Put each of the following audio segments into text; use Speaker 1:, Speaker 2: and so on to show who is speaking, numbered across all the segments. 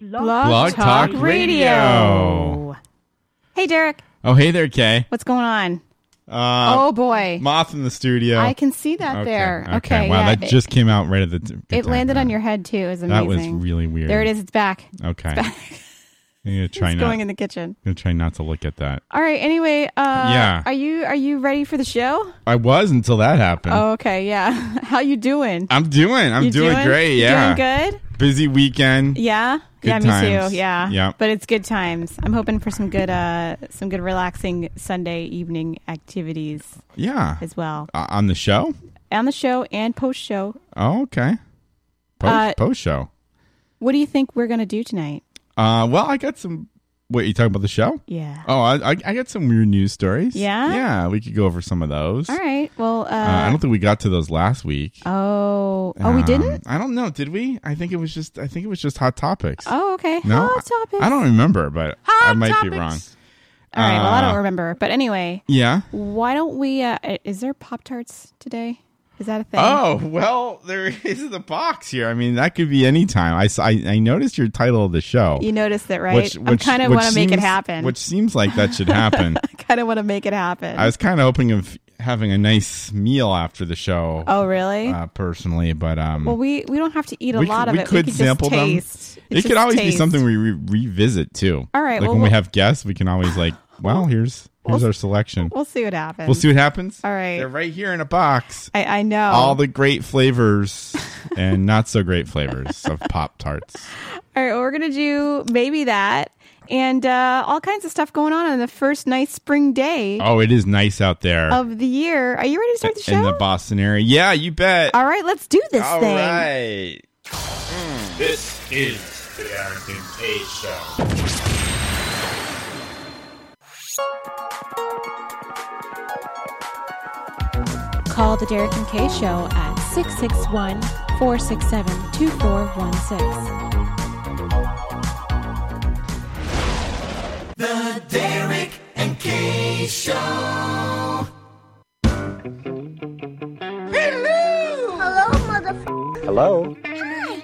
Speaker 1: Blog,
Speaker 2: Blog Talk Radio.
Speaker 1: Hey, Derek.
Speaker 2: Oh, hey there, Kay.
Speaker 1: What's going on?
Speaker 2: Uh,
Speaker 1: oh, boy.
Speaker 2: Moth in the studio.
Speaker 1: I can see that
Speaker 2: Okay,
Speaker 1: there.
Speaker 2: Okay.
Speaker 1: Okay.
Speaker 2: wow,
Speaker 1: yeah,
Speaker 2: that
Speaker 1: it-
Speaker 2: just came out right at the. T-
Speaker 1: It landed on your head, too. It was
Speaker 2: That
Speaker 1: amazing.
Speaker 2: was really weird.
Speaker 1: There it is. It's back.
Speaker 2: Okay. I'm gonna try
Speaker 1: it's
Speaker 2: not.
Speaker 1: going in the kitchen.
Speaker 2: gonna try not to look at that.
Speaker 1: All right. Anyway, uh,
Speaker 2: Yeah.
Speaker 1: Are you are you ready for the show?
Speaker 2: I was until that happened.
Speaker 1: Oh, okay. Yeah. How you doing?
Speaker 2: I'm doing. I'm
Speaker 1: You
Speaker 2: doing, great.
Speaker 1: you
Speaker 2: Yeah.
Speaker 1: Doing good.
Speaker 2: Busy weekend.
Speaker 1: Yeah.
Speaker 2: Good
Speaker 1: yeah. Me
Speaker 2: times.
Speaker 1: too. Yeah.
Speaker 2: Yeah.
Speaker 1: But it's good times. I'm hoping for some good uh some good relaxing Sunday evening activities
Speaker 2: Yeah.
Speaker 1: as well
Speaker 2: Uh, on the show.
Speaker 1: on the show and post show.
Speaker 2: Oh, okay. Post,
Speaker 1: Uh,
Speaker 2: post show.
Speaker 1: What do you think we're gonna do tonight?
Speaker 2: Uh, well, I got some. Wait, you talking about the show?
Speaker 1: Yeah.
Speaker 2: Oh, I, I, I got some weird news stories.
Speaker 1: Yeah?
Speaker 2: Yeah, we could go over some of those.
Speaker 1: All right. Well. Uh,
Speaker 2: Uh, I don't think we got to those last week.
Speaker 1: oh. Oh, we
Speaker 2: Um,
Speaker 1: didn't.
Speaker 2: I don't know. Did we? I think it was just. I think it was just hot topics.
Speaker 1: Oh, okay.
Speaker 2: no,
Speaker 1: Hot topics.
Speaker 2: I don't remember, but I
Speaker 1: Hot
Speaker 2: might be
Speaker 1: topics.
Speaker 2: wrong.
Speaker 1: All right. Well, I don't
Speaker 2: Uh,
Speaker 1: remember. But anyway,
Speaker 2: Yeah.
Speaker 1: why don't we? Uh, i- is there Pop Tarts today? Is that a thing?
Speaker 2: Oh well, there is the box here. I mean, that could be any time. I, s- I- I noticed your title of the show.
Speaker 1: You noticed it, right?
Speaker 2: Which,
Speaker 1: I'm
Speaker 2: which-
Speaker 1: kind of
Speaker 2: which
Speaker 1: want to make it
Speaker 2: seems-
Speaker 1: happen.
Speaker 2: Which seems like that should happen.
Speaker 1: I kind of want to make it happen.
Speaker 2: I was kind of hoping of having a nice meal after the show,
Speaker 1: oh, really?
Speaker 2: uh, personally, but um,
Speaker 1: well, we we don't have to eat a
Speaker 2: we
Speaker 1: lot
Speaker 2: could-
Speaker 1: of
Speaker 2: we
Speaker 1: it.
Speaker 2: could
Speaker 1: we could
Speaker 2: sample
Speaker 1: just
Speaker 2: them.
Speaker 1: taste. It's
Speaker 2: it could
Speaker 1: just
Speaker 2: always be
Speaker 1: taste.
Speaker 2: something we re- revisit too.
Speaker 1: All right,
Speaker 2: like
Speaker 1: well,
Speaker 2: when we
Speaker 1: we'll-
Speaker 2: have guests, we can always like, well, here's here's our selection.
Speaker 1: We'll see what happens.
Speaker 2: We'll see what happens.
Speaker 1: All right. Oh.
Speaker 2: They're right here in a box.
Speaker 1: I, I know.
Speaker 2: All the great flavors and not so great flavors of Pop Tarts.
Speaker 1: All right, well, we're gonna do maybe that and uh, all kinds of stuff going on on the first nice spring day
Speaker 2: Oh, it is nice out there
Speaker 1: of the year. Are you ready to start the show?
Speaker 2: in the Boston area. Yeah, you bet.
Speaker 1: all right, let's do this
Speaker 2: All
Speaker 1: thing.
Speaker 2: right.
Speaker 3: This is the Arrington K Show.
Speaker 4: Call the Derek and Kay Show at 661 467 2416.
Speaker 5: Hello, mother.
Speaker 6: Hello?
Speaker 5: Hi.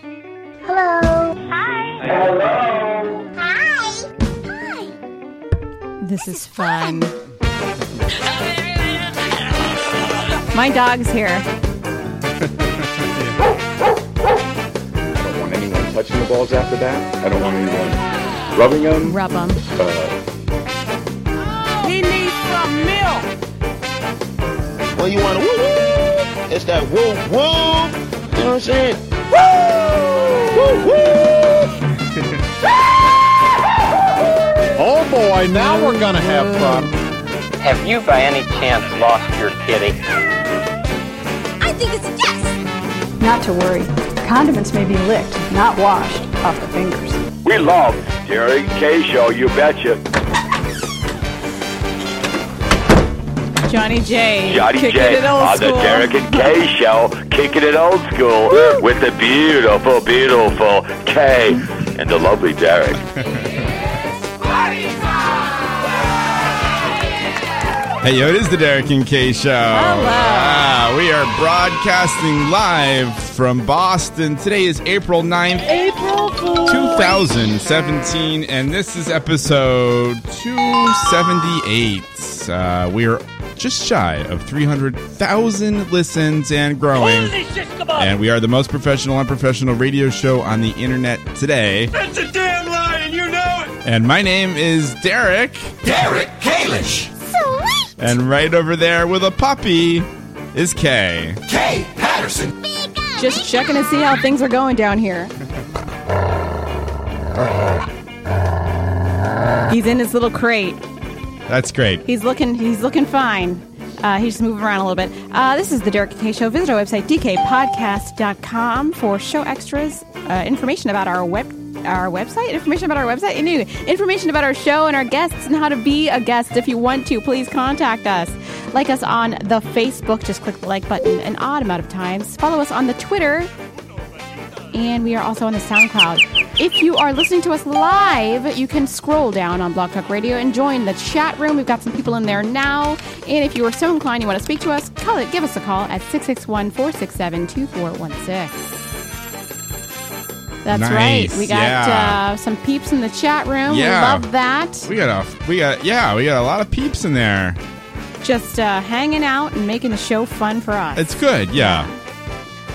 Speaker 5: Hello. Hi. Hello. Hi. Hi.
Speaker 1: This is fun. My dog's here.
Speaker 6: I don't want anyone touching the balls after that. I don't want anyone rubbing them.
Speaker 1: Rub him.
Speaker 6: Uh,
Speaker 1: He needs some milk.
Speaker 7: When you want to woo woo, it's that woo woo. You know what I'm saying?
Speaker 3: Oh boy, now we're gonna have uh, fun.
Speaker 8: Have you by any chance lost your kitty?
Speaker 5: I think it's a yes.
Speaker 9: Not to worry. Condiments may be licked, not washed, off the fingers.
Speaker 6: we love Jerry K Show, you betcha.
Speaker 1: Johnny J.
Speaker 6: Johnny
Speaker 1: kicking
Speaker 6: J
Speaker 1: it old
Speaker 6: on
Speaker 1: school.
Speaker 6: the Derek and K Show, kicking it old school with the beautiful, beautiful K and the lovely Derek.
Speaker 2: Hey, yo, it is the Derek and Kay Show. Ah, we are broadcasting live from Boston. Today is April 9th, April 2017, and this is episode 278. Uh, we are just shy of 300,000 listens and growing. And we are the most professional unprofessional radio show on the internet today. That's a damn lie, and you know it. And my name is Derek.
Speaker 5: Sweet.
Speaker 2: And right over there with a puppy is Kay.
Speaker 5: uh,
Speaker 1: Just checking to see how things are going down here. He's in his little crate.
Speaker 2: That's great.
Speaker 1: He's looking. He's looking fine. Uh, he's just moving around a little bit. Uh, this is the Derek and Kay Show. Visit our website dkpodcast.com for show extras, uh, information about our web, our website, information about our website, and anyway, information about our show and our guests and how to be a guest. If you want to, please contact us. Like us on the Facebook. Just click the like button an odd amount of times. Follow us on the Twitter and we are also on the SoundCloud. If you are listening to us live, you can scroll down on Blog Talk Radio and join the chat room. We've got some people in there now. And if you are so inclined, you want to speak to us, call it, give us a call at 661 467 2416. That's
Speaker 2: Nice,
Speaker 1: right. We got
Speaker 2: yeah.
Speaker 1: uh, some peeps in the chat room.
Speaker 2: Yeah.
Speaker 1: We love that.
Speaker 2: We got a we got yeah we got a lot of peeps in there.
Speaker 1: Just uh, hanging out and making the show fun for us.
Speaker 2: It's good. Yeah,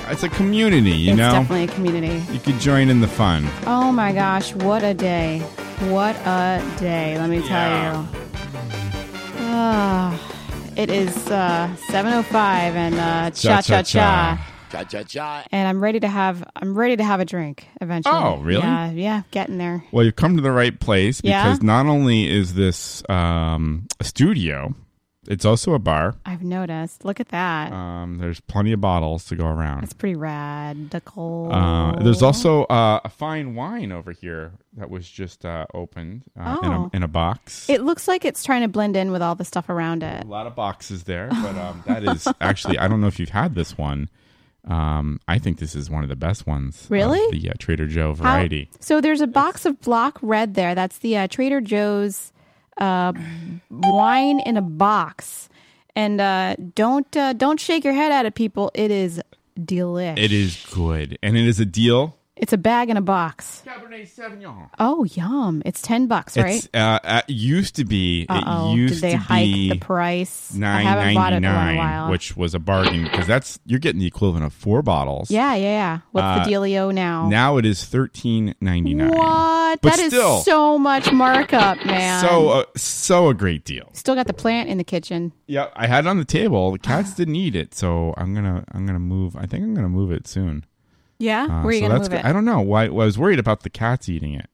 Speaker 2: it's a community. You
Speaker 1: It's
Speaker 2: know,
Speaker 1: definitely a community.
Speaker 2: you could join in the fun.
Speaker 1: Oh my gosh, what a day. What a day, let me tell
Speaker 2: Yeah.
Speaker 1: you. Ah, it is uh, 7.05 and uh, cha cha cha.
Speaker 7: Cha cha cha.
Speaker 1: And I'm ready to have I'm ready to have a drink eventually.
Speaker 2: Oh, really?
Speaker 1: Yeah, yeah, getting there.
Speaker 2: Well, you've come to the right place
Speaker 1: Yeah?
Speaker 2: because not only is this um, a studio, it's also a bar.
Speaker 1: I've noticed. Look at that.
Speaker 2: Um, there's plenty of bottles to go around.
Speaker 1: That's pretty radical.
Speaker 2: Uh, there's also uh, a fine wine over here that was just uh, opened uh, in,
Speaker 1: Oh.
Speaker 2: a, in a box.
Speaker 1: It looks like it's trying to blend in with all the stuff around it.
Speaker 2: a lot of boxes there, but um, that is actually I don't know if you've had this one. Um, I think this is one of the best ones. of
Speaker 1: Really?
Speaker 2: the uh, Trader Joe
Speaker 1: How-
Speaker 2: variety.
Speaker 1: so there's a box of block red there. That's the uh, Trader Joe's uh, wine in a box. And uh, don't uh, don't shake your head at it, people. It is delish.
Speaker 2: It is good, and it is a deal.
Speaker 1: It's a bag in a box.
Speaker 2: Cabernet Sauvignon.
Speaker 1: Oh, yum! It's ten bucks, right?
Speaker 2: It's uh, uh, it used to be.
Speaker 1: Uh
Speaker 2: it
Speaker 1: oh. Did
Speaker 2: used
Speaker 1: they
Speaker 2: to
Speaker 1: hike
Speaker 2: be
Speaker 1: the price? I
Speaker 2: nine
Speaker 1: haven't bought
Speaker 2: ninety
Speaker 1: it in a while.
Speaker 2: nine, which was a bargain because that's you're getting the equivalent of four bottles.
Speaker 1: yeah, yeah, yeah. What's
Speaker 2: Uh,
Speaker 1: the dealio now?
Speaker 2: Now it is thirteen ninety nine.
Speaker 1: what?
Speaker 2: But
Speaker 1: That is
Speaker 2: still-
Speaker 1: so much markup, man.
Speaker 2: So uh, so a great deal.
Speaker 1: still got the plant in the kitchen.
Speaker 2: Yeah, I had it on the table. The
Speaker 1: Ah.
Speaker 2: cats didn't eat it, so I'm gonna I'm gonna move. I think I'm gonna move it soon.
Speaker 1: Yeah,
Speaker 2: Uh,
Speaker 1: where are you
Speaker 2: so
Speaker 1: gonna
Speaker 2: that's
Speaker 1: move
Speaker 2: good.
Speaker 1: it?
Speaker 2: I don't know why. well, I was worried about the cats eating it,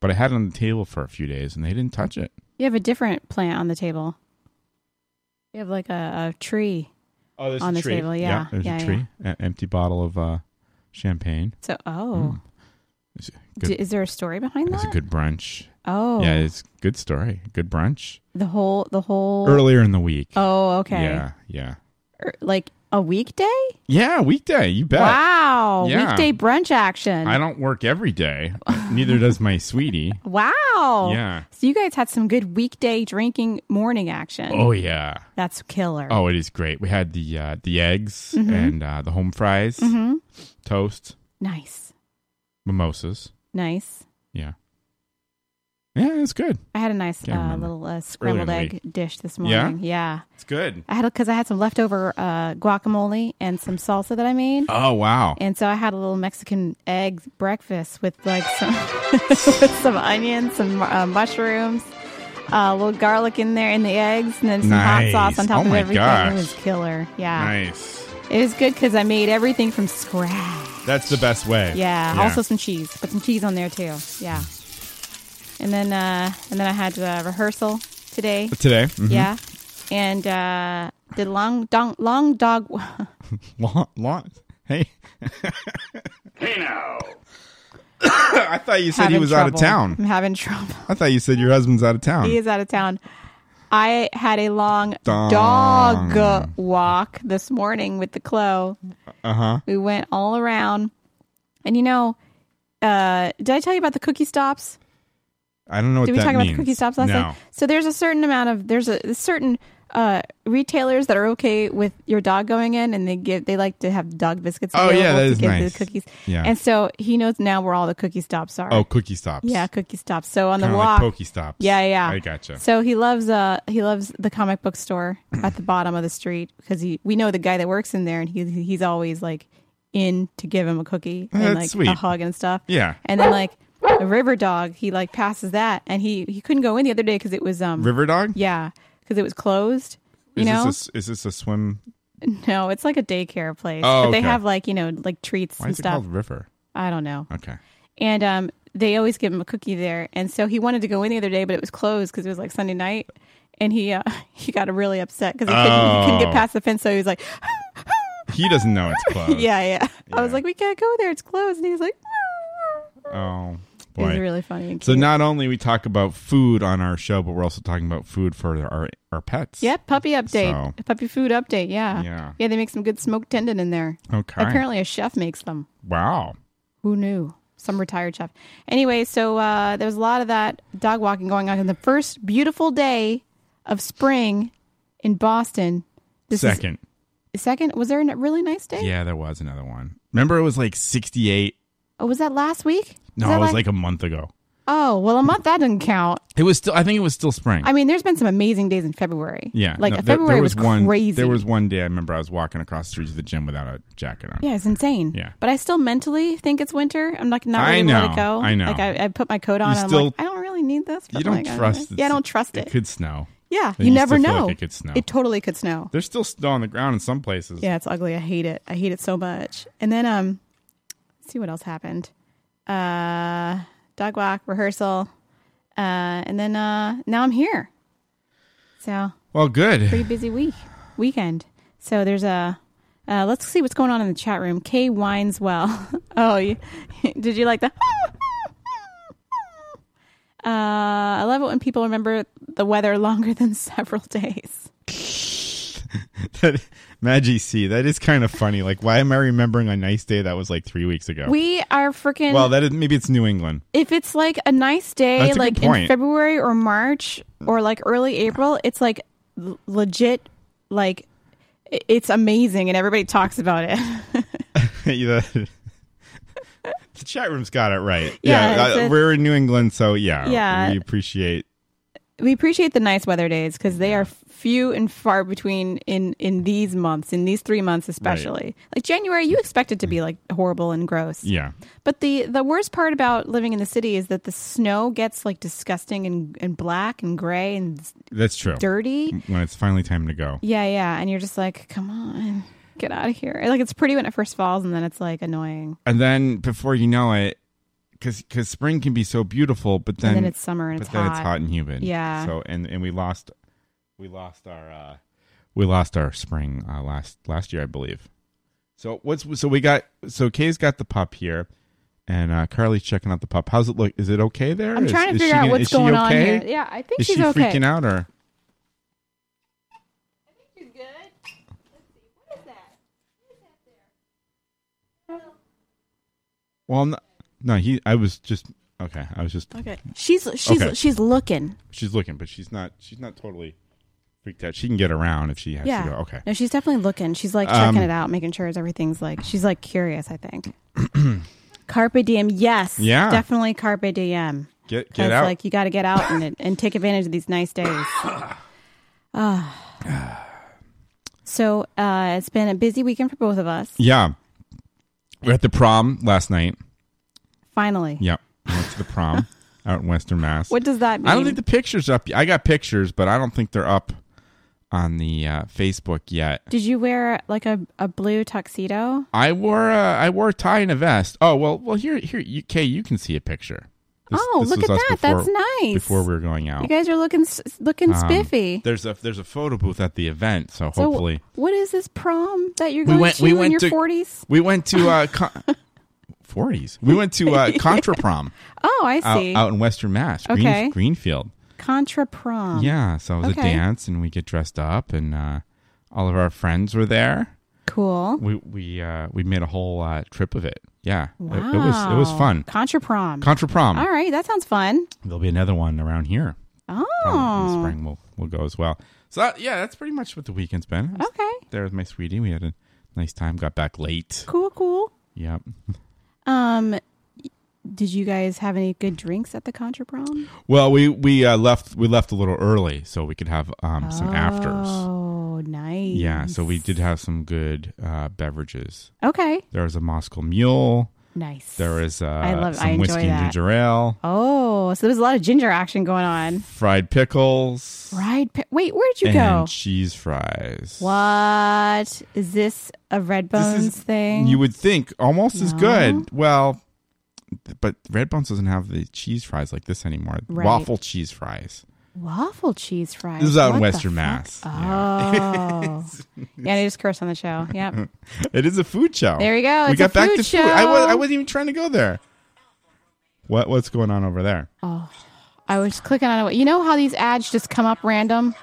Speaker 2: but I had it on the table for a few days and they didn't touch it.
Speaker 1: You have a different plant on the table. You have like a, a tree.
Speaker 2: Oh, there's
Speaker 1: a On the tree. table, yeah.
Speaker 2: there's
Speaker 1: Yeah,
Speaker 2: a tree. An empty bottle of uh, champagne.
Speaker 1: So, oh,
Speaker 2: It's a
Speaker 1: D-
Speaker 2: Hmm. good,
Speaker 1: is there a story behind
Speaker 2: it's
Speaker 1: that?
Speaker 2: a good brunch.
Speaker 1: oh,
Speaker 2: Yeah, it's a good story. Good brunch
Speaker 1: the whole the whole.
Speaker 2: earlier in the week.
Speaker 1: Oh, okay.
Speaker 2: Yeah, yeah,
Speaker 1: Er, like a weekday?
Speaker 2: yeah. Weekday, you bet.
Speaker 1: Wow,
Speaker 2: Yeah.
Speaker 1: weekday brunch action.
Speaker 2: I don't work every day. Neither does my sweetie.
Speaker 1: wow.
Speaker 2: Yeah.
Speaker 1: So you guys had some good weekday drinking morning action.
Speaker 2: Oh yeah.
Speaker 1: That's killer.
Speaker 2: Oh, it is great. We had the uh, the eggs
Speaker 1: Mm-hmm.
Speaker 2: and uh, the home fries,
Speaker 1: Mhm.
Speaker 2: toast,
Speaker 1: Nice,
Speaker 2: mimosas.
Speaker 1: nice.
Speaker 2: Yeah, yeah, it's good.
Speaker 1: I had a nice
Speaker 2: Can't
Speaker 1: uh,
Speaker 2: remember.
Speaker 1: little uh, scrambled
Speaker 2: in the
Speaker 1: egg dish this morning. yeah.
Speaker 2: It's good.
Speaker 1: I had because I had some leftover uh, guacamole and some salsa that I made,
Speaker 2: Oh wow,
Speaker 1: and so I had a little Mexican egg breakfast with like some with some onions, some uh, mushrooms, uh, a little garlic in there, and the eggs, and then some
Speaker 2: Nice.
Speaker 1: hot sauce on top
Speaker 2: Oh
Speaker 1: of
Speaker 2: my
Speaker 1: everything.
Speaker 2: gosh.
Speaker 1: It was killer. Yeah,
Speaker 2: nice.
Speaker 1: it was good because I made everything from scratch.
Speaker 2: That's the best way.
Speaker 1: Yeah, also some cheese. Put some cheese on there too. Yeah, and then uh, and then I had uh, rehearsal today.
Speaker 2: today. mhm.
Speaker 1: Yeah, and uh, did long dong long dog.
Speaker 2: Long, long. Hey. hey now. I thought you said he
Speaker 1: having
Speaker 2: was out of
Speaker 1: trouble.
Speaker 2: town.
Speaker 1: I'm having trouble.
Speaker 2: I thought you said your husband's out of town.
Speaker 1: He is out of town. I had a long
Speaker 2: Dong.
Speaker 1: dog walk this morning with the Chloe.
Speaker 2: Uh-huh.
Speaker 1: We went all around, and you know, uh, did I tell you about the cookie stops?
Speaker 2: I don't know what
Speaker 1: Did we
Speaker 2: that
Speaker 1: talk
Speaker 2: means.
Speaker 1: about the cookie stops last
Speaker 2: no.
Speaker 1: night? So there's a certain amount of there's a, there's certain uh, retailers that are okay with your dog going in, and they give they like to have dog biscuits.
Speaker 2: Oh, yeah,
Speaker 1: available
Speaker 2: that
Speaker 1: to
Speaker 2: is
Speaker 1: give
Speaker 2: nice.
Speaker 1: the cookies.
Speaker 2: Yeah.
Speaker 1: and so he knows now where all the cookie stops are.
Speaker 2: Oh, cookie stops.
Speaker 1: yeah, cookie stops. So on
Speaker 2: Kinda
Speaker 1: the
Speaker 2: like
Speaker 1: walk,
Speaker 2: Pokey stops.
Speaker 1: yeah, yeah.
Speaker 2: I gotcha.
Speaker 1: So he loves uh he loves the comic book store at the bottom of the street because he we know the guy that works in there and he he's always like in to give him a cookie and
Speaker 2: That's
Speaker 1: like
Speaker 2: sweet.
Speaker 1: a hug and stuff.
Speaker 2: Yeah.
Speaker 1: And then like a river dog, he like passes that and he he couldn't go in the other day because it was um
Speaker 2: River dog.
Speaker 1: yeah because it was closed. You
Speaker 2: is
Speaker 1: know,
Speaker 2: this a, is this a swim?
Speaker 1: no, it's like a daycare place,
Speaker 2: Oh,
Speaker 1: but they
Speaker 2: okay.
Speaker 1: have like you know like treats
Speaker 2: Why
Speaker 1: and
Speaker 2: is it
Speaker 1: stuff.
Speaker 2: called river?
Speaker 1: I don't know.
Speaker 2: Okay.
Speaker 1: and um, they always give him a cookie there. And so he wanted to go in the other day, but it was closed because it was like Sunday night, and he uh, he got really upset because he, couldn't he couldn't
Speaker 2: Oh.
Speaker 1: get past the fence. So he was like,
Speaker 2: He doesn't know it's closed.
Speaker 1: yeah, yeah, I was
Speaker 2: Oh. Yeah.
Speaker 1: like, we can't go there; it's closed. And he was like,
Speaker 2: Oh
Speaker 1: it was
Speaker 2: boy.
Speaker 1: really funny. And
Speaker 2: so
Speaker 1: cute.
Speaker 2: not only we talk about food on our show, but we're also talking about food for our our pets.
Speaker 1: Yep, puppy update,
Speaker 2: So-
Speaker 1: puppy food update. Yeah,
Speaker 2: Yeah.
Speaker 1: yeah. They make some good smoked tendon in there.
Speaker 2: Okay.
Speaker 1: Apparently, a chef makes them.
Speaker 2: Wow.
Speaker 1: Who knew? Some retired chef. Anyway, so uh, there was a lot of that dog walking going on. And the first beautiful day of spring in Boston. This is-
Speaker 2: Second.
Speaker 1: second, was there a really nice day?
Speaker 2: yeah, there was another one. Remember, it was like 68
Speaker 1: Oh, was that last week?
Speaker 2: No,
Speaker 1: that
Speaker 2: it was
Speaker 1: la-
Speaker 2: like a month ago.
Speaker 1: Oh, well, a month that doesn't count.
Speaker 2: It was still. I think it was still spring.
Speaker 1: I mean, there's been some amazing days in February.
Speaker 2: yeah,
Speaker 1: like
Speaker 2: no, there-
Speaker 1: February
Speaker 2: there
Speaker 1: was,
Speaker 2: one.
Speaker 1: crazy.
Speaker 2: There was one day I remember I was walking across the street to the gym without a jacket on.
Speaker 1: yeah, it's insane.
Speaker 2: Yeah.
Speaker 1: but I still mentally think it's winter. I'm like not
Speaker 2: I
Speaker 1: ready to let
Speaker 2: know,
Speaker 1: it go.
Speaker 2: I know.
Speaker 1: Like I, I put my coat on.
Speaker 2: You
Speaker 1: and I'm
Speaker 2: still-
Speaker 1: like, I don't really need this. But
Speaker 2: You don't
Speaker 1: like, I
Speaker 2: trust.
Speaker 1: Oh Yeah, I
Speaker 2: it's-
Speaker 1: don't trust it.
Speaker 2: It could snow.
Speaker 1: yeah,
Speaker 2: It
Speaker 1: you
Speaker 2: used to
Speaker 1: never
Speaker 2: feel like
Speaker 1: know.
Speaker 2: it could snow.
Speaker 1: totally could snow.
Speaker 2: There's still snow on the ground in some places.
Speaker 1: Yeah, it's ugly. I hate it. I hate it so much. And then um let's see what else happened. Uh dog walk, rehearsal. Uh and then uh now I'm here. So
Speaker 2: Well, good.
Speaker 1: pretty busy week weekend. So there's a uh, let's see what's going on in the chat room. Kay whines well. oh, you, did you like that? uh, I love it when people remember the weather longer than several days.
Speaker 2: That, Maggie C, that is kind of funny. Like, why am I remembering a nice day that was like three weeks ago?
Speaker 1: We are freaking
Speaker 2: well, that is maybe it's New England.
Speaker 1: if it's like a nice day,
Speaker 2: That's a good
Speaker 1: like in
Speaker 2: point.
Speaker 1: February or March or like early April, it's like l- legit, like i- it's amazing, and everybody talks about it.
Speaker 2: Yeah, the the chat room's got it right.
Speaker 1: Yeah, it's
Speaker 2: uh,
Speaker 1: a-
Speaker 2: we're in New England, so yeah,
Speaker 1: Yeah.
Speaker 2: we appreciate.
Speaker 1: we appreciate the nice weather days because they are few and far between in in these months, in these three months especially. Like January, you expect it to be like horrible and gross.
Speaker 2: Yeah,
Speaker 1: But the the worst part about living in the city is that the snow gets like disgusting and and black and gray and s-
Speaker 2: that's true.
Speaker 1: dirty.
Speaker 2: When it's finally time to go,
Speaker 1: Yeah, yeah. And you're just like, come on, get out of here. Like, it's pretty when it first falls, and then it's like annoying.
Speaker 2: and then before you know it, because spring can be so beautiful, but then,
Speaker 1: And, then it's summer and
Speaker 2: but
Speaker 1: it's
Speaker 2: then
Speaker 1: hot.
Speaker 2: it's hot and humid.
Speaker 1: Yeah.
Speaker 2: So and and we lost, we lost our uh, we lost our spring uh, last last year, I believe. So what's so we got so Kay's got the pup here. And uh, Carly's checking out the pup. How's it look? Is it okay there?
Speaker 1: I'm
Speaker 2: Is-
Speaker 1: trying to
Speaker 2: is she
Speaker 1: figure out
Speaker 2: gonna-
Speaker 1: what's
Speaker 2: is she
Speaker 1: going on
Speaker 2: okay?
Speaker 1: here. Yeah, I think
Speaker 2: Is
Speaker 1: she's
Speaker 2: she
Speaker 1: okay.
Speaker 2: freaking out or? Well, I'm not- no, he. I was just okay. I was just
Speaker 1: Okay, she's she's
Speaker 2: Okay.
Speaker 1: she's looking.
Speaker 2: she's looking, but she's not. She's not totally freaked out. She can get around if she has
Speaker 1: Yeah.
Speaker 2: to go. Okay.
Speaker 1: No, she's definitely looking. She's like checking
Speaker 2: Um,
Speaker 1: it out, making sure everything's like she's like curious. I think. carpe diem. Yes.
Speaker 2: Yeah.
Speaker 1: Definitely carpe diem.
Speaker 2: Get
Speaker 1: Because
Speaker 2: get out.
Speaker 1: like you got to get out and and take advantage of these nice days. Ah. So uh, it's been a busy weekend for both of us.
Speaker 2: yeah. We're at the prom last night.
Speaker 1: Finally.
Speaker 2: Yep. We went to the prom out in Western Mass.
Speaker 1: What does that mean?
Speaker 2: I don't think the pictures up. I got pictures, but I don't think they're up on the uh, Facebook yet.
Speaker 1: Did you wear like a, a blue tuxedo?
Speaker 2: I wore a, I wore a tie and a vest. Oh well, well here here you, Kay, you can see a picture. This-
Speaker 1: Oh,
Speaker 2: this
Speaker 1: look
Speaker 2: was
Speaker 1: at
Speaker 2: us
Speaker 1: that. That's nice.
Speaker 2: Before we were going out,
Speaker 1: You guys are looking s- looking
Speaker 2: Um,
Speaker 1: spiffy.
Speaker 2: There's a there's a photo booth at the event, so
Speaker 1: So
Speaker 2: hopefully
Speaker 1: what is this prom that you're going to in your 40s?
Speaker 2: We went to uh, con- 40s. We went to uh, Contra Prom
Speaker 1: Oh, I
Speaker 2: out,
Speaker 1: see.
Speaker 2: out in Western Mass, Green,
Speaker 1: Okay.
Speaker 2: Greenfield.
Speaker 1: Contra prom.
Speaker 2: yeah, so it was
Speaker 1: okay.
Speaker 2: a dance, and we get dressed up, and uh, all of our friends were there.
Speaker 1: Cool.
Speaker 2: We we uh, we made a whole uh, trip of it. Yeah, It- it, was it was
Speaker 1: Wow.
Speaker 2: fun.
Speaker 1: Contra prom.
Speaker 2: Contra Prom.
Speaker 1: All right, that sounds fun.
Speaker 2: There'll be another one around here. Probably in the
Speaker 1: Oh.
Speaker 2: spring will will go as well. So that, yeah, that's pretty much what the weekend's been. I was
Speaker 1: Okay.
Speaker 2: There with my sweetie, we had a nice time. Got back late.
Speaker 1: Cool, cool.
Speaker 2: Yep.
Speaker 1: Um did you guys have any good drinks at the Contra prom?
Speaker 2: Well, we we uh, left we left a little early so we could have um, some afters.
Speaker 1: Oh, nice.
Speaker 2: Yeah, so we did have some good uh, beverages.
Speaker 1: Okay.
Speaker 2: There was a Moscow Mule.
Speaker 1: Nice.
Speaker 2: There was uh,
Speaker 1: I love- I
Speaker 2: some
Speaker 1: enjoy
Speaker 2: whiskey and
Speaker 1: that.
Speaker 2: ginger ale,
Speaker 1: Oh, so there's a lot of ginger action going on.
Speaker 2: fried pickles,
Speaker 1: Right. Pe- Wait, where'd you
Speaker 2: and
Speaker 1: go?
Speaker 2: cheese fries.
Speaker 1: What is this a red bones
Speaker 2: is-
Speaker 1: thing?
Speaker 2: You would think almost as
Speaker 1: No.
Speaker 2: good. Well, but Red Bones doesn't have the cheese fries like this anymore.
Speaker 1: Right.
Speaker 2: Waffle cheese fries.
Speaker 1: waffle cheese fries.
Speaker 2: This is out in
Speaker 1: What the
Speaker 2: Western
Speaker 1: fuck?
Speaker 2: Mass.
Speaker 1: Oh, yeah, they just curse on the show. Yep.
Speaker 2: It is a food show.
Speaker 1: There you go.
Speaker 2: We
Speaker 1: It's
Speaker 2: got
Speaker 1: a
Speaker 2: back
Speaker 1: food
Speaker 2: to food. I was
Speaker 1: show.
Speaker 2: I wasn't even trying to go there. What what's going on over there?
Speaker 1: Oh. I was clicking on it. You know how these ads just come up random?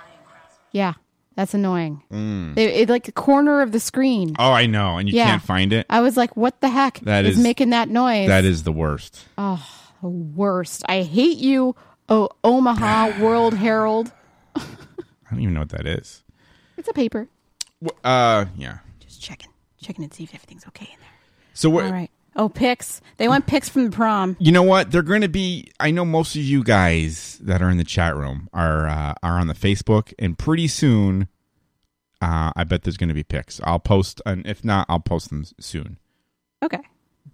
Speaker 1: Yeah, that's annoying.
Speaker 2: Mm.
Speaker 1: They, it like the corner of the screen.
Speaker 2: Oh, I know, and you
Speaker 1: Yeah.
Speaker 2: can't find it.
Speaker 1: I was like, what the heck
Speaker 2: That
Speaker 1: is
Speaker 2: is-
Speaker 1: making that noise?
Speaker 2: That is the worst.
Speaker 1: Oh. the worst. I hate you, oh, Omaha World Herald.
Speaker 2: I don't even know what that is.
Speaker 1: It's a paper.
Speaker 2: Wh- Uh, yeah.
Speaker 1: Just checking, checking and see if everything's okay in there.
Speaker 2: So we're
Speaker 1: All right. Oh, pics. They want pics from the prom.
Speaker 2: You know what? They're going to be. I know most of you guys that are in the chat room are uh, are on the Facebook, and pretty soon, uh, I bet there's going to be pics. I'll post, and if not, I'll post them s- soon.
Speaker 1: Okay.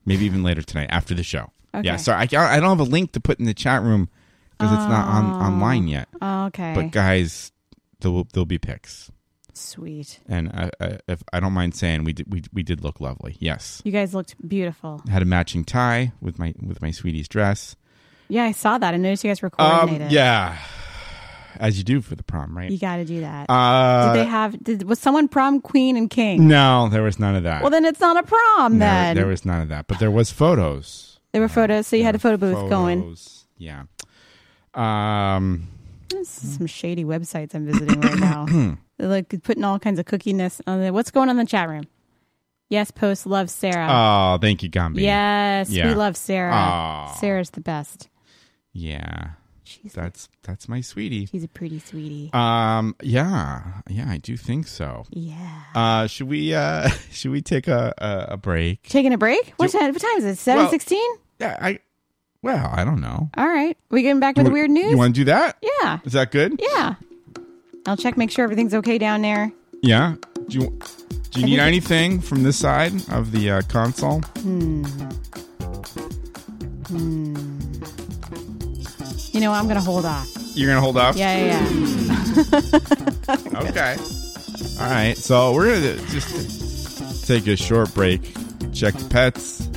Speaker 2: Maybe even later tonight after the show.
Speaker 1: Okay.
Speaker 2: Yeah. Sorry, I, ca- I don't have a link to put in the chat room because it's not on online yet.
Speaker 1: Oh, Okay.
Speaker 2: But guys, there'll there'll be pics,
Speaker 1: Sweet.
Speaker 2: and I, I, if I don't mind saying, we did we we did look lovely. Yes.
Speaker 1: You guys looked beautiful.
Speaker 2: had a matching tie with my with my sweetie's dress.
Speaker 1: Yeah, I saw that. I noticed you guys were coordinated.
Speaker 2: Um, yeah, as you do for the prom, right?
Speaker 1: You got to do that.
Speaker 2: Uh,
Speaker 1: did they have? Did, was someone prom queen and king?
Speaker 2: no, there was none of that.
Speaker 1: Well, then it's not a prom.
Speaker 2: there,
Speaker 1: then
Speaker 2: there was none of that, but there was photos.
Speaker 1: There were photos, so you had a photo booth going.
Speaker 2: Photos, Yeah. Um.
Speaker 1: This is some shady websites I'm visiting right now. They're like putting all kinds of cookiness on there. What's going on in the chat room? Yes, post love Sarah.
Speaker 2: Oh, thank you, Gumby.
Speaker 1: yes,
Speaker 2: Yeah.
Speaker 1: we love Sarah.
Speaker 2: Aw.
Speaker 1: Sarah's the best.
Speaker 2: Yeah.
Speaker 1: She's
Speaker 2: That's that's my sweetie.
Speaker 1: she's a pretty sweetie.
Speaker 2: Um. Yeah. Yeah. I do think so.
Speaker 1: yeah.
Speaker 2: Uh. Should we? Uh. Should we take a a, a break?
Speaker 1: Taking a break? What time? What time is it? Seven sixteen.
Speaker 2: Yeah. I. Well, I don't know.
Speaker 1: All right. We getting back to the
Speaker 2: You-
Speaker 1: weird news?
Speaker 2: You want to do that?
Speaker 1: yeah.
Speaker 2: Is that good?
Speaker 1: Yeah. I'll check, make sure everything's okay down there.
Speaker 2: Yeah. Do you, do you need anything from this side of the uh, console?
Speaker 1: You know, what? I'm going to hold off.
Speaker 2: You're gonna hold off.
Speaker 1: Yeah, yeah, yeah.
Speaker 2: Okay. All right. So we're gonna just take a short break, check the pets,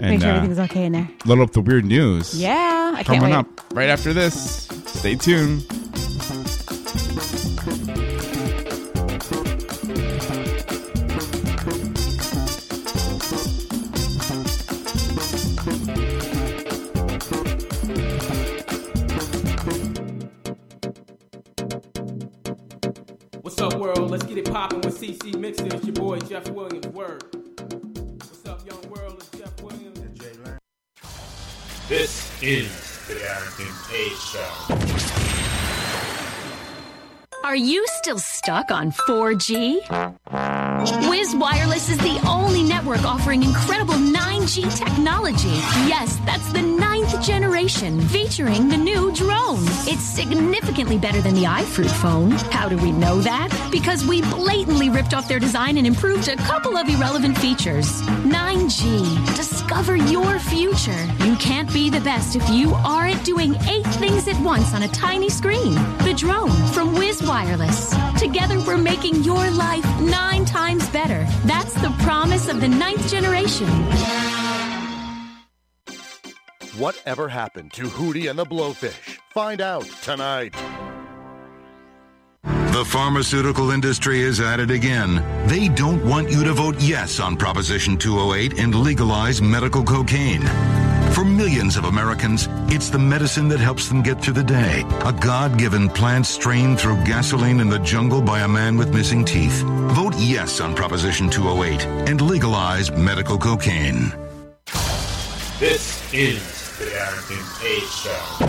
Speaker 1: Make
Speaker 2: and
Speaker 1: sure
Speaker 2: uh,
Speaker 1: everything's okay in there.
Speaker 2: load up the weird news.
Speaker 1: Yeah. I can't
Speaker 2: Coming
Speaker 1: wait.
Speaker 2: up right after this. Stay tuned.
Speaker 10: What's up, world? Let's get it poppin' with CC Mixer. It's your boy Jeff Williams. Word. What's up, young world? It's Jeff Williams.
Speaker 3: This is the Darrington Page Show.
Speaker 11: Are you still stuck on 4G? Wiz Wireless is the only network offering incredible 9G technology. Yes, that's the ninth generation, featuring the new drone. It's significantly better than the iFruit phone. How do we know that? Because we blatantly ripped off their design and improved a couple of irrelevant features. 9G. Discover your future. You can't be the best if you aren't doing eight things at once on a tiny screen. The drone from Wiz Wireless. Together, we're making your life nine times better. That's the promise of the ninth generation.
Speaker 12: Whatever happened to Hootie and the Blowfish? Find out tonight.
Speaker 13: The pharmaceutical industry is at it again. They don't want you to vote yes on Proposition 208 and legalize medical cocaine. For millions of Americans, it's the medicine that helps them get through the day. A God given plant strained through gasoline in the jungle by a man with missing teeth. Vote yes on Proposition 208 and legalize medical cocaine.
Speaker 3: This is the Darrington Page Show.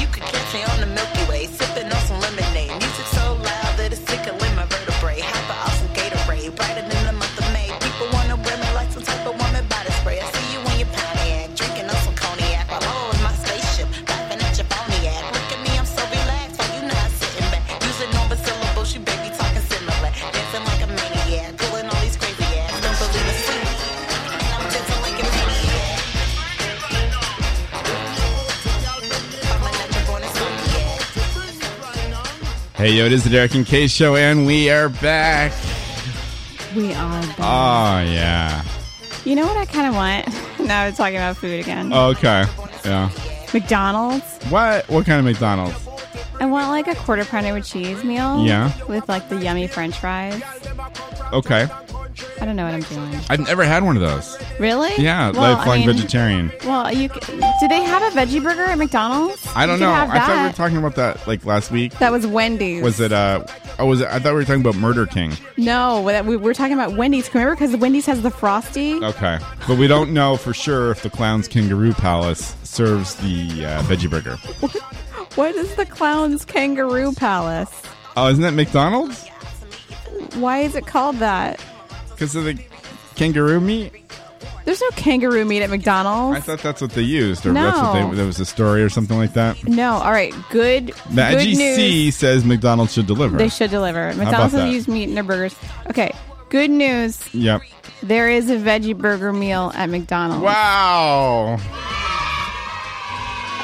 Speaker 14: You could catch me on the Milky Way, sipping on some lemonade. Music so loud that it's tickling my vertebrae. Hopper off some Gatorade, brighter than the month of May. People wanna wear me like some type of woman body spray. I see you in your Pontiac, drinking on some cognac. While holding my spaceship, laughing at your phony act. Look at me, I'm so relaxed, while you not sitting back. Using number syllables, you baby talking similar. Dancing like a maniac, pulling all these crazy ass. Don't believe it's sweet. And I'm dancing like a maniac.
Speaker 2: Hey, yo! It is the Derek and Kay Show, and we are back.
Speaker 1: We are. back.
Speaker 2: Oh yeah.
Speaker 1: You know what I kind of want? now we're talking about food again.
Speaker 2: Oh, Okay. Yeah.
Speaker 1: McDonald's.
Speaker 2: What? What kind of McDonald's?
Speaker 1: I want like a quarter pounder with cheese meal.
Speaker 2: Yeah.
Speaker 1: With like the yummy French fries.
Speaker 2: Okay.
Speaker 1: I don't know what I'm doing.
Speaker 2: I've never had one of those.
Speaker 1: Really?
Speaker 2: Yeah,
Speaker 1: Well,
Speaker 2: lifelong
Speaker 1: I mean-
Speaker 2: vegetarian.
Speaker 1: Well, you c- do they have a veggie burger at McDonald's?
Speaker 2: I don't
Speaker 1: You
Speaker 2: know.
Speaker 1: could have
Speaker 2: I thought we were
Speaker 1: that.
Speaker 2: talking about that like last week.
Speaker 1: that was Wendy's.
Speaker 2: Was it? Uh, oh, was it, I thought we were talking about Murder King.
Speaker 1: No, that we were talking about Wendy's. Remember, because Wendy's has the frosty.
Speaker 2: Okay, but we don't know for sure if the Clown's Kangaroo Palace serves the uh, veggie burger.
Speaker 1: What is the clown's kangaroo palace?
Speaker 2: Oh, isn't that McDonald's?
Speaker 1: Why is it called that?
Speaker 2: Because of the kangaroo meat.
Speaker 1: There's no kangaroo meat at McDonald's.
Speaker 2: I thought that's what they used, or that's what
Speaker 1: No.
Speaker 2: they, there was a story or something like that.
Speaker 1: no. All right. Good.
Speaker 2: The
Speaker 1: good
Speaker 2: IGC
Speaker 1: news.
Speaker 2: says McDonald's should deliver.
Speaker 1: They should deliver.
Speaker 2: about
Speaker 1: McDonald's
Speaker 2: that?
Speaker 1: doesn't use meat in their burgers. Okay. Good news.
Speaker 2: Yep.
Speaker 1: There is a veggie burger meal at McDonald's.
Speaker 2: Wow.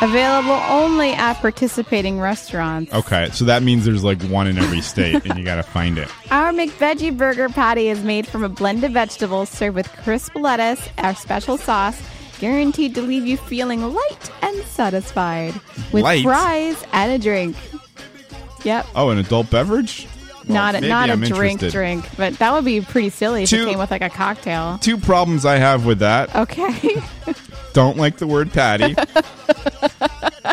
Speaker 1: Available only at participating restaurants.
Speaker 2: Okay, so that means there's like one in every state, and you got to find it.
Speaker 1: Our McVeggie burger patty is made from a blend of vegetables served with crisp lettuce, our special sauce, guaranteed to leave you feeling light and satisfied. With
Speaker 2: Light?
Speaker 1: fries and a drink. Yep.
Speaker 2: Oh, an adult beverage? Well,
Speaker 1: not a,
Speaker 2: maybe
Speaker 1: not a
Speaker 2: I'm
Speaker 1: drink
Speaker 2: interested.
Speaker 1: drink, but that would be pretty silly if
Speaker 2: Two-
Speaker 1: it came with like a cocktail.
Speaker 2: Two problems I have with that.
Speaker 1: Okay.
Speaker 2: Don't like the word patty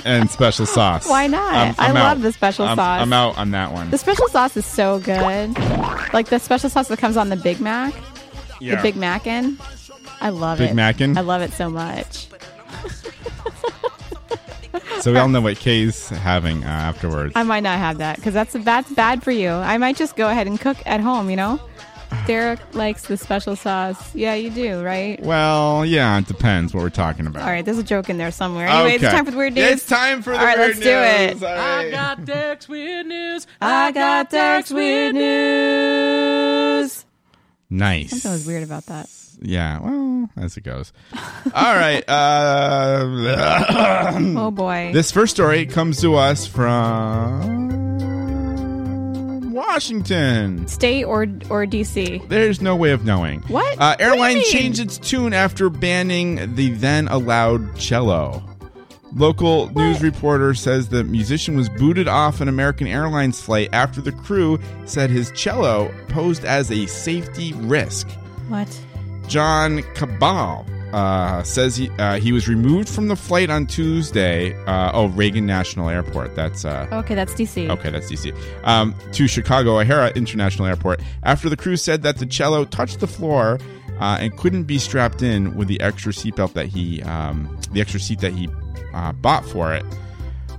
Speaker 2: and special sauce.
Speaker 1: Why not?
Speaker 2: I'm- I'm
Speaker 1: I
Speaker 2: out.
Speaker 1: love the special
Speaker 2: I'm-
Speaker 1: sauce.
Speaker 2: I'm out on that one.
Speaker 1: The special sauce is so good. Like the special sauce that comes on the Big Mac.
Speaker 2: Yeah.
Speaker 1: The Big Mackin. I love
Speaker 2: Big
Speaker 1: it.
Speaker 2: Mackin'?
Speaker 1: I love it so much.
Speaker 2: So we all know what Kay's having uh, afterwards.
Speaker 1: I might not have that because that's that's bad for you. I might just go ahead and cook at home. You know, Derek likes the special sauce. Yeah, you do, right?
Speaker 2: well, yeah, it depends what we're talking about.
Speaker 1: All right, there's a joke in there somewhere. Anyway, it's
Speaker 2: Okay.
Speaker 1: time for the weird news.
Speaker 2: It's time for the
Speaker 1: All right,
Speaker 2: weird
Speaker 1: let's do it.
Speaker 2: news. All
Speaker 10: I got Derek's weird news.
Speaker 1: I got Derek's weird news.
Speaker 2: Nice.
Speaker 1: Something was weird about that.
Speaker 2: Yeah, well, as it goes. All right. Uh,
Speaker 1: Oh, boy.
Speaker 2: This first story comes to us from Washington.
Speaker 1: State or or DC?
Speaker 2: There's no way of knowing.
Speaker 1: What?
Speaker 2: Uh,
Speaker 1: What do you
Speaker 2: airline
Speaker 1: mean?
Speaker 2: changed its tune after banning the then allowed cello. Local news reporter says the musician was booted off an American Airlines flight after the crew said his cello posed as a safety risk.
Speaker 1: What?
Speaker 2: John Cabal uh, says he, uh, he was removed from the flight on Tuesday. Uh, oh, Reagan National Airport. That's uh,
Speaker 1: Okay, that's DC.
Speaker 2: Okay, that's DC. Um, to Chicago O'Hara International Airport after the crew said that the cello touched the floor uh, and couldn't be strapped in with the extra seatbelt that he, um, the extra seat that he uh, bought for it.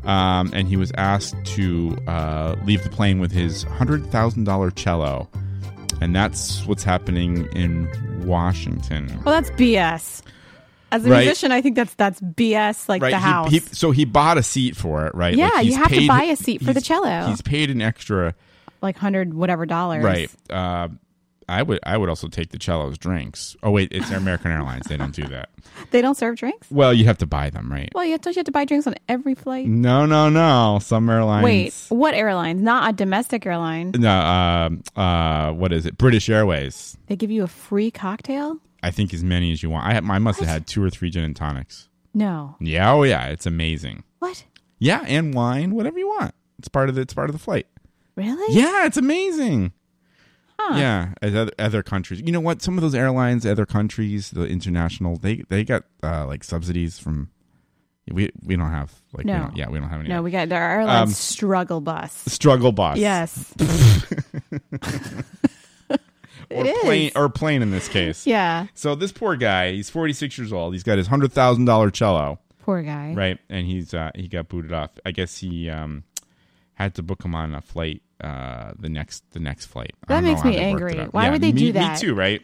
Speaker 2: Um, and he was asked to uh, leave the plane with his $100,000 cello. And that's what's happening in Washington.
Speaker 1: Well, that's BS. As a
Speaker 2: Right.
Speaker 1: musician, I think that's that's BS. Like the
Speaker 2: he-
Speaker 1: house.
Speaker 2: He, so he bought a seat for it, right?
Speaker 1: Yeah, you
Speaker 2: he's
Speaker 1: have to
Speaker 2: paid-
Speaker 1: buy a seat for the
Speaker 2: he's-
Speaker 1: cello.
Speaker 2: He's paid an extra
Speaker 1: like hundred whatever dollars.
Speaker 2: Right. Uh, I would I would also take the cello's drinks. Oh wait, it's American Airlines. They don't do that.
Speaker 1: They don't serve drinks.
Speaker 2: Well, you have to buy them, right?
Speaker 1: Well, you don't you have to buy drinks on every flight?
Speaker 2: No, no, no. Some airlines.
Speaker 1: Wait, what airlines? Not a domestic airline.
Speaker 2: No. um uh, what is it? British Airways.
Speaker 1: They give you a free cocktail?
Speaker 2: I think as many as you want. I I must have had two or three gin and tonics.
Speaker 1: No.
Speaker 2: Yeah. Oh yeah. It's amazing.
Speaker 1: What?
Speaker 2: Yeah, and wine, whatever you want. It's part of the, it's part of the flight.
Speaker 1: Really?
Speaker 2: Yeah, it's amazing. Yeah, as other, other countries. You know what? Some of those airlines, other countries, the international, they they got uh, like subsidies from. We we don't have like we
Speaker 1: No.
Speaker 2: don't, yeah we don't have any.
Speaker 1: No, we got there are airlines
Speaker 2: Um,
Speaker 1: struggle bus.
Speaker 2: struggle bus.
Speaker 1: Yes.
Speaker 2: or
Speaker 1: It is.
Speaker 2: plane or plane in this case.
Speaker 1: Yeah.
Speaker 2: So this poor guy, he's 46 years old. He's got his hundred thousand dollar cello.
Speaker 1: Poor guy.
Speaker 2: Right, and he's uh, he got booted off. I guess he um, had to book him on a flight uh, the next the next flight. I
Speaker 1: That
Speaker 2: don't know
Speaker 1: makes
Speaker 2: how
Speaker 1: me
Speaker 2: they worked
Speaker 1: angry.
Speaker 2: it out.
Speaker 1: Why
Speaker 2: Yeah,
Speaker 1: would they
Speaker 2: me-
Speaker 1: do that?
Speaker 2: Me too, right?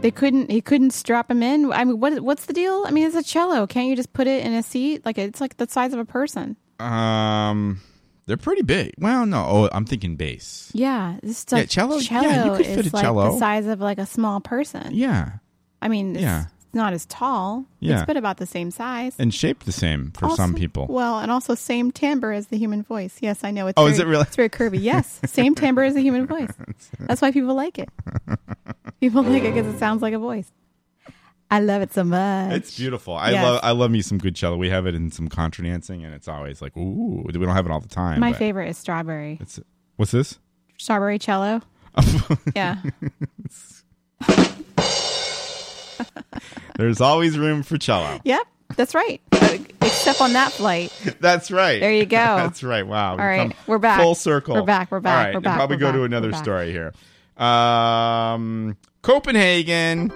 Speaker 1: They couldn't he couldn't strap him in. I mean what what's the deal? I mean it's a cello. Can't you just put it in a seat? Like it's like the size of a person.
Speaker 2: Um, they're pretty big. Well, no, oh, I'm thinking bass.
Speaker 1: Yeah. This
Speaker 2: Yeah,
Speaker 1: stuff
Speaker 2: cello- yeah, you
Speaker 1: cello
Speaker 2: could
Speaker 1: is
Speaker 2: fit a
Speaker 1: like
Speaker 2: cello.
Speaker 1: the size of like a small person.
Speaker 2: Yeah,
Speaker 1: I mean it's
Speaker 2: Yeah.
Speaker 1: not as tall.
Speaker 2: Yeah.
Speaker 1: It's but about the same size.
Speaker 2: and shaped the same for some
Speaker 1: Also-
Speaker 2: people.
Speaker 1: Well, and also same timbre as the human voice. Yes, I know. It's
Speaker 2: Oh,
Speaker 1: very,
Speaker 2: is it really?
Speaker 1: It's very curvy. Yes, same timbre as the human voice. That's why people like it. People like it because it sounds like a voice. I love it so much.
Speaker 2: It's beautiful. I
Speaker 1: Yes.
Speaker 2: love I love me some good cello. We have it in some contra dancing, and it's always like ooh. We don't have it all the time.
Speaker 1: My
Speaker 2: but
Speaker 1: favorite is strawberry.
Speaker 2: It's what's this?
Speaker 1: Strawberry cello. yeah.
Speaker 2: There's always room for cello.
Speaker 1: Yep. That's right. Uh, Except on that flight.
Speaker 2: That's right.
Speaker 1: There you go.
Speaker 2: That's right. Wow.
Speaker 1: All
Speaker 2: we've
Speaker 1: right.
Speaker 2: come
Speaker 1: We're back.
Speaker 2: Full circle.
Speaker 1: We're back. We're back.
Speaker 2: All right.
Speaker 1: We're
Speaker 2: and
Speaker 1: back.
Speaker 2: probably
Speaker 1: We're
Speaker 2: go
Speaker 1: back.
Speaker 2: to another
Speaker 1: We're back.
Speaker 2: story here. Um, Copenhagen.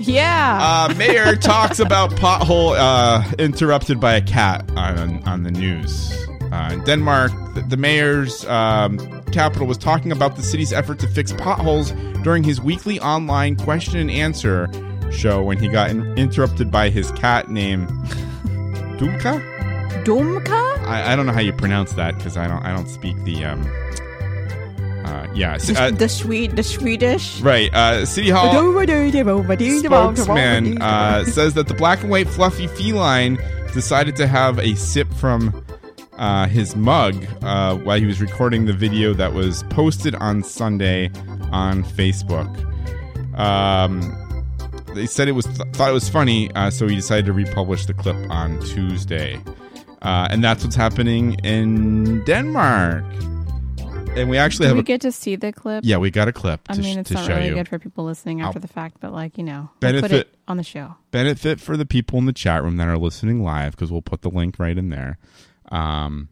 Speaker 1: Yeah.
Speaker 2: Uh, mayor talks about pothole uh, interrupted by a cat on, on the news. Uh, in Denmark, the, the mayor's um, capital was talking about the city's effort to fix potholes during his weekly online question and answer show when he got in- interrupted by his cat named Dumka.
Speaker 1: Domka?
Speaker 2: I, I don't know how you pronounce that because I don't I don't speak the um. Uh, yeah, s-
Speaker 1: The,
Speaker 2: uh,
Speaker 1: the Swede, the Swedish.
Speaker 2: right. Uh, City Hall spokesman uh, says that the black and white fluffy feline decided to have a sip from uh, his mug uh, while he was recording the video that was posted on Sunday on Facebook. Um, they said it was th- thought it was funny, uh, so he decided to republish the clip on Tuesday, uh, and that's what's happening in Denmark. And we actually
Speaker 1: Do
Speaker 2: have
Speaker 1: we
Speaker 2: a
Speaker 1: get to see the clip?
Speaker 2: yeah, we got a clip.
Speaker 1: I
Speaker 2: to, sh-
Speaker 1: mean, it's
Speaker 2: to
Speaker 1: not
Speaker 2: show
Speaker 1: really
Speaker 2: you.
Speaker 1: good for people listening after
Speaker 2: I'll-
Speaker 1: the fact, but like you know, we'll
Speaker 2: benefit
Speaker 1: put it on the show.
Speaker 2: benefit for the people in the chat room that are listening live because we'll put the link right in there um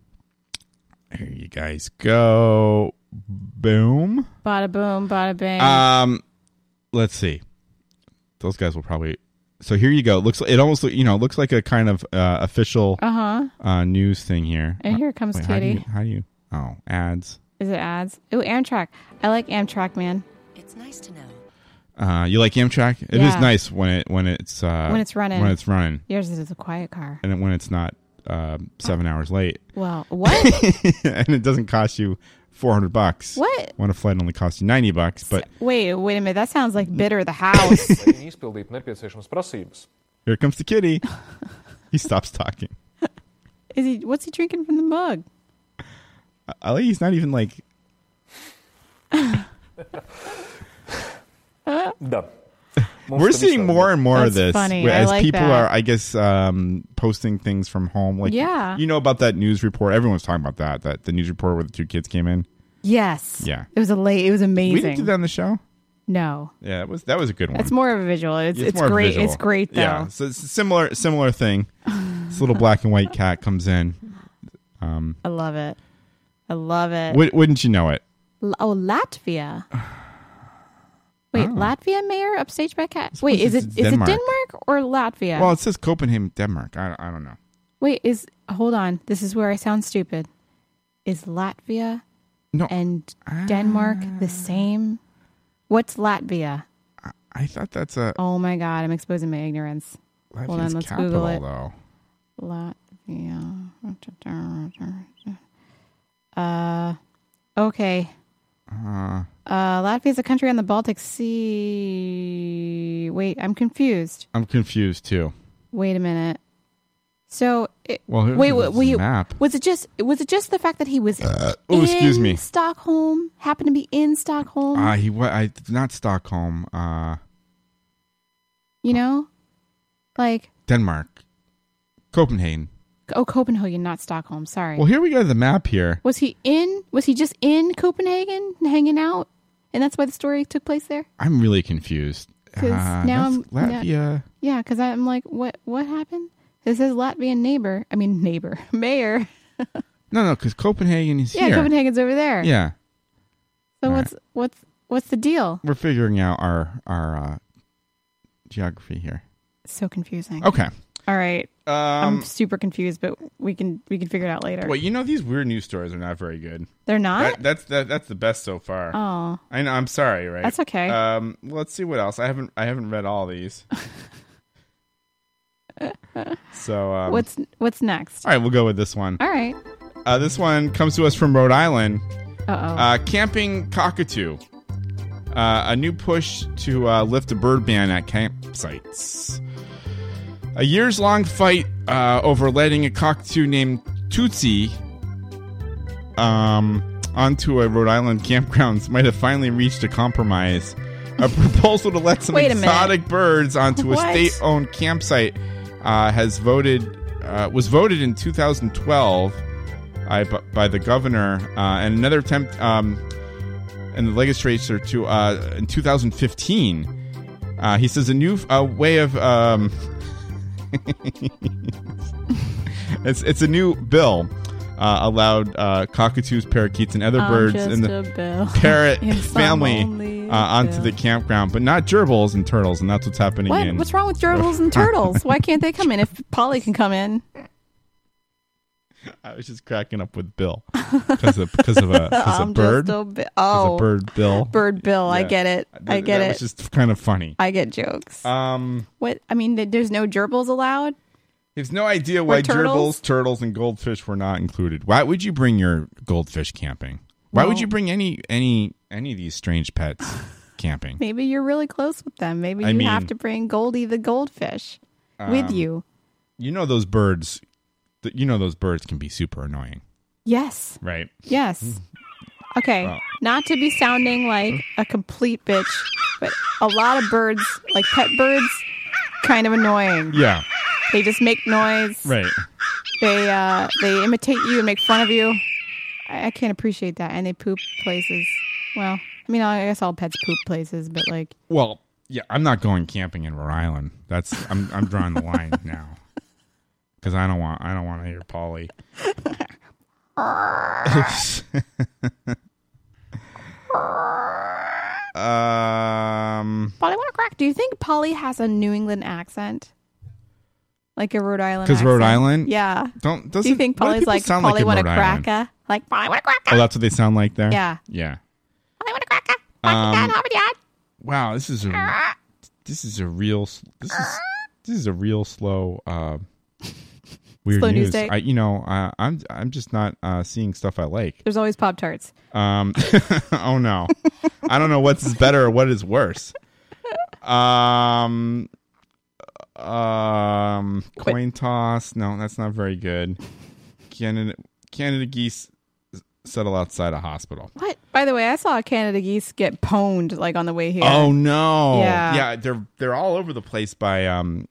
Speaker 2: here you guys go boom
Speaker 1: Bada boom, bada bang.
Speaker 2: um let's see those guys will probably so here you go looks like it almost look- you know looks like a kind of uh official
Speaker 1: Uh-huh.
Speaker 2: uh news thing here
Speaker 1: And here comes
Speaker 2: how do you-
Speaker 1: Kitty.
Speaker 2: how do you oh ads
Speaker 1: Is it ads? Ooh, Amtrak. I like Amtrak, man.
Speaker 2: uh you like amtrak It is
Speaker 1: Yeah.
Speaker 2: nice when it when it's uh
Speaker 1: when it's running.
Speaker 2: when it's running
Speaker 1: Yours is a quiet car.
Speaker 2: and then when it's not um, seven hours late
Speaker 1: Well, what?
Speaker 2: and it doesn't cost you 400 bucks.
Speaker 1: What?
Speaker 2: When a flight only costs you 90 bucks, but
Speaker 1: wait, wait a minute. That sounds like bitter the house.
Speaker 2: here comes the kitty. he stops talking.
Speaker 1: Is he? What's he drinking from the mug?
Speaker 2: I- I like he's not even like we're seeing more and more of
Speaker 1: That's
Speaker 2: this
Speaker 1: funny. I
Speaker 2: as
Speaker 1: like
Speaker 2: people
Speaker 1: that.
Speaker 2: are I guess um, posting things from home like
Speaker 1: Yeah.
Speaker 2: you know about that news report everyone's talking about that that the news report where the two kids came in
Speaker 1: Yes.
Speaker 2: Yeah.
Speaker 1: It was a late. It was amazing.
Speaker 2: we didn't do that on the show
Speaker 1: No,
Speaker 2: yeah that was that was a good one
Speaker 1: that's more of a visual. It's it's,
Speaker 2: more
Speaker 1: great.
Speaker 2: visual.
Speaker 1: It's great though.
Speaker 2: Yeah, so it's a similar similar thing. this little black and white cat comes in. Um,
Speaker 1: I love it. I love it.
Speaker 2: wou- wouldn't you know it?
Speaker 1: L- oh, Latvia. Wait, Latvia mayor upstaged by cat. Wait, is it
Speaker 2: Oh. it's
Speaker 1: is
Speaker 2: Denmark.
Speaker 1: it Denmark or Latvia?
Speaker 2: Well, it says Copenhagen, Denmark. I, I don't know.
Speaker 1: Wait, is hold on. This is where I sound stupid. Is Latvia
Speaker 2: No. Ah.
Speaker 1: and Denmark the same? What's Latvia?
Speaker 2: I thought that's a
Speaker 1: Oh my god, I'm exposing my ignorance. hold on,
Speaker 2: Latvia's
Speaker 1: let's
Speaker 2: capital,
Speaker 1: Google it.
Speaker 2: though.
Speaker 1: Latvia. Uh, okay.
Speaker 2: Uh,
Speaker 1: Uh, Latvia is a country on the Baltic Sea. Wait, I'm confused.
Speaker 2: I'm confused too.
Speaker 1: Wait a minute. So, it,
Speaker 2: Well, here's
Speaker 1: wait,
Speaker 2: the
Speaker 1: wait, wait,
Speaker 2: map.
Speaker 1: was it just was it just the fact that he was
Speaker 2: oh,
Speaker 1: in
Speaker 2: excuse me.
Speaker 1: Stockholm happened to be in Stockholm?
Speaker 2: Uh, he wa- I not Stockholm. Uh,
Speaker 1: you know, like
Speaker 2: Denmark, Copenhagen.
Speaker 1: oh Copenhagen, not Stockholm. Sorry.
Speaker 2: Well, here we go to the map here.
Speaker 1: was he in? Was he just in Copenhagen hanging out, and that's why the story took place there?
Speaker 2: I'm really confused.
Speaker 1: 'Cause
Speaker 2: Uh,
Speaker 1: now
Speaker 2: that's
Speaker 1: I'm-
Speaker 2: Latvia.
Speaker 1: Yeah, because I'm like, what what happened? It says Latvian neighbor. I mean neighbor mayor.
Speaker 2: No, no, because Copenhagen is
Speaker 1: Yeah,
Speaker 2: here.
Speaker 1: Copenhagen's over there.
Speaker 2: Yeah.
Speaker 1: So
Speaker 2: All
Speaker 1: what's what's what's the deal?
Speaker 2: we're figuring out our our uh, geography here.
Speaker 1: So confusing.
Speaker 2: Okay.
Speaker 1: All right.
Speaker 2: Um,
Speaker 1: I'm super confused, but we can we can figure it out later.
Speaker 2: Well, you know these weird news stories are not very good.
Speaker 1: They're not?
Speaker 2: That, that's that, that's the best so far.
Speaker 1: Oh.
Speaker 2: I know. I'm sorry. Right.
Speaker 1: That's okay.
Speaker 2: Um, let's see what else. I haven't I haven't read all these. so um,
Speaker 1: what's what's next?
Speaker 2: all right? We'll go with this one.
Speaker 1: All right.
Speaker 2: Uh, this one comes to us from Rhode Island.
Speaker 1: Uh-oh.
Speaker 2: Uh, camping cockatoo. Uh, a new push to uh, lift a bird ban at campsites. A years long fight uh, over letting a cockatoo named Tootsie um, onto a Rhode Island campgrounds might have finally reached a compromise. A proposal to let some
Speaker 1: Wait a minute.
Speaker 2: exotic birds onto a
Speaker 1: What?
Speaker 2: state owned campsite uh, has voted uh, was voted in 2012 I, b- by the governor, uh, and another attempt um, in the legislature to uh, in 2015. Uh, he says a new uh, way of um, it's it's a new bill uh, allowed uh, cockatoos, parakeets, and other
Speaker 1: I'm
Speaker 2: birds
Speaker 1: just
Speaker 2: in
Speaker 1: a
Speaker 2: the
Speaker 1: bill.
Speaker 2: parrot
Speaker 1: Yes, I'm
Speaker 2: family
Speaker 1: only
Speaker 2: uh,
Speaker 1: a
Speaker 2: onto the campground, but not gerbils and turtles, and that's what's happening.
Speaker 1: What?
Speaker 2: in-
Speaker 1: What's wrong with gerbils and turtles? Why can't they come in if Polly can come in?
Speaker 2: I was just cracking up with Bill because of because of a, 'cause a
Speaker 1: I'm
Speaker 2: bird.
Speaker 1: Just a bi-
Speaker 2: 'Cause
Speaker 1: oh,
Speaker 2: a bird Bill.
Speaker 1: Bird Bill. I
Speaker 2: Yeah.
Speaker 1: get it. I
Speaker 2: Th-
Speaker 1: get
Speaker 2: that
Speaker 1: it.
Speaker 2: was just kind of funny.
Speaker 1: I get jokes.
Speaker 2: Um,
Speaker 1: What? I mean, th- there's no gerbils allowed.
Speaker 2: he has no idea
Speaker 1: Or
Speaker 2: why
Speaker 1: turtles?
Speaker 2: gerbils, turtles, and goldfish were not included. Why would you bring your goldfish camping? Why would
Speaker 1: Well-
Speaker 2: you bring any any any of these strange pets camping?
Speaker 1: Maybe you're really close with them. Maybe
Speaker 2: I
Speaker 1: you
Speaker 2: mean-
Speaker 1: have to bring Goldie the goldfish with
Speaker 2: Um,
Speaker 1: you.
Speaker 2: You know those birds. th- You know those birds can be super annoying,
Speaker 1: Yes.
Speaker 2: right?
Speaker 1: Yes. Okay.
Speaker 2: hmm. Well.
Speaker 1: Not to be sounding like a complete bitch, but a lot of birds, like pet birds, kind of annoying.
Speaker 2: Yeah,
Speaker 1: They just make noise.
Speaker 2: right.
Speaker 1: They uh, they imitate you and make fun of you. I, I can't appreciate that. And they poop places. Well, I mean, I guess all pets poop places, but like,
Speaker 2: Well, yeah, I'm not going camping in Rhode Island. That's I'm I'm drawing the line now because I don't want I don't want to hear Polly. um,
Speaker 1: Polly, what a crack. Do you think Polly has a New England accent? Like a Rhode Island?
Speaker 2: because Rhode
Speaker 1: accent?
Speaker 2: Island.
Speaker 1: Yeah.
Speaker 2: Don't doesn't.
Speaker 1: Do you think
Speaker 2: what do
Speaker 1: Polly's
Speaker 2: people
Speaker 1: like
Speaker 2: sound
Speaker 1: Polly
Speaker 2: in
Speaker 1: want a
Speaker 2: Rhode Island?
Speaker 1: cracker? Like Polly want a cracker?
Speaker 2: Oh, that's what they sound like there.
Speaker 1: Yeah.
Speaker 2: Yeah.
Speaker 1: Polly want a cracker?
Speaker 2: Um,
Speaker 1: Hobbit Dad?
Speaker 2: wow, this is a this is a real s- this is this is a real slow uh, weird
Speaker 1: Slow news
Speaker 2: news.
Speaker 1: day.
Speaker 2: I, you know, uh, I'm I'm just not uh, seeing stuff I like.
Speaker 1: There's always Pop Tarts.
Speaker 2: Um, oh no, I don't know what's is better or what is worse. Um, um, coin toss. No, that's not very good. Canada, Canada geese settle outside a hospital.
Speaker 1: What? By the way, I saw a Canada geese get pwned like on the way here.
Speaker 2: Oh no!
Speaker 1: Yeah.
Speaker 2: they're they're all over the place by um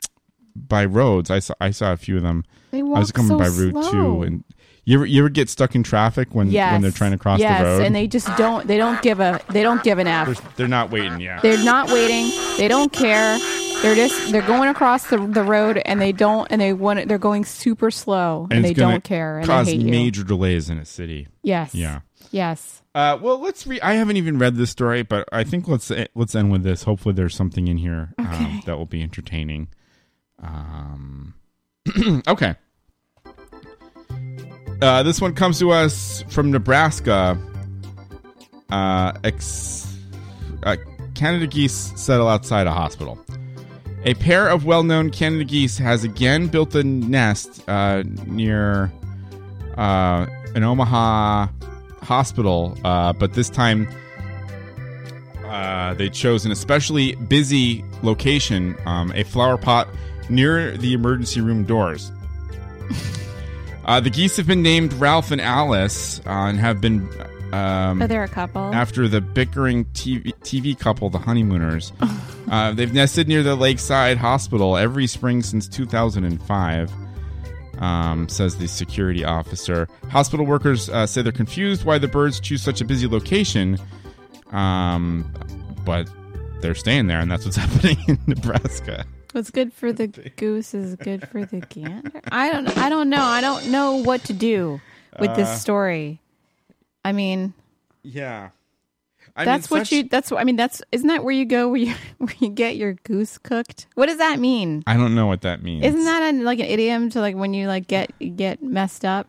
Speaker 2: by roads. I saw I saw a few of them.
Speaker 1: They
Speaker 2: I was
Speaker 1: walk
Speaker 2: coming
Speaker 1: so
Speaker 2: by Route
Speaker 1: slow.
Speaker 2: Two, and you ever, you ever get stuck in traffic when
Speaker 1: Yes.
Speaker 2: when they're trying to cross
Speaker 1: yes,
Speaker 2: the road?
Speaker 1: and they just don't. They don't give a. They don't give an
Speaker 2: they're,
Speaker 1: f.
Speaker 2: they're not waiting. Yeah,
Speaker 1: They're not waiting. They don't care. They're just. They're going across the, the road and they don't. And they want. it- They're going super slow and,
Speaker 2: it's
Speaker 1: they
Speaker 2: gonna
Speaker 1: don't care and
Speaker 2: cause
Speaker 1: they hate
Speaker 2: major delays in a city.
Speaker 1: Yes.
Speaker 2: Yeah.
Speaker 1: you. Yes.
Speaker 2: Uh, well, let's read. I haven't even read this story, but I think let's e, let's end with this. Hopefully, there's something in here um, that will be entertaining. Um, okay. Uh, this one comes to us from Nebraska. Uh, ex- uh, Canada geese settle outside a hospital. A pair of well-known Canada geese has again built a nest uh, near uh, an Omaha hospital, uh, but this time uh, they chose an especially busy location, um, a flower pot near the emergency room doors. Uh, the geese have been named Ralph and Alice uh, and have been. Um,
Speaker 1: Are there a couple?
Speaker 2: After the bickering TV, TV couple, the Honeymooners. uh, they've nested near the Lakeside Hospital every spring since 2005, um, says the security officer. Hospital workers uh, say they're confused why the birds choose such a busy location, um, but they're staying there, and that's what's happening in Nebraska.
Speaker 1: What's good for the goose is good for the gander. I don't. I don't know. I don't know what to do with
Speaker 2: Uh,
Speaker 1: this story. I mean,
Speaker 2: Yeah.
Speaker 1: that's what you. That's what I mean. That's isn't that where you go where you where you get your goose cooked? What does that mean?
Speaker 2: I don't know what that means.
Speaker 1: Isn't that a, like an idiom to like when you like get get messed up?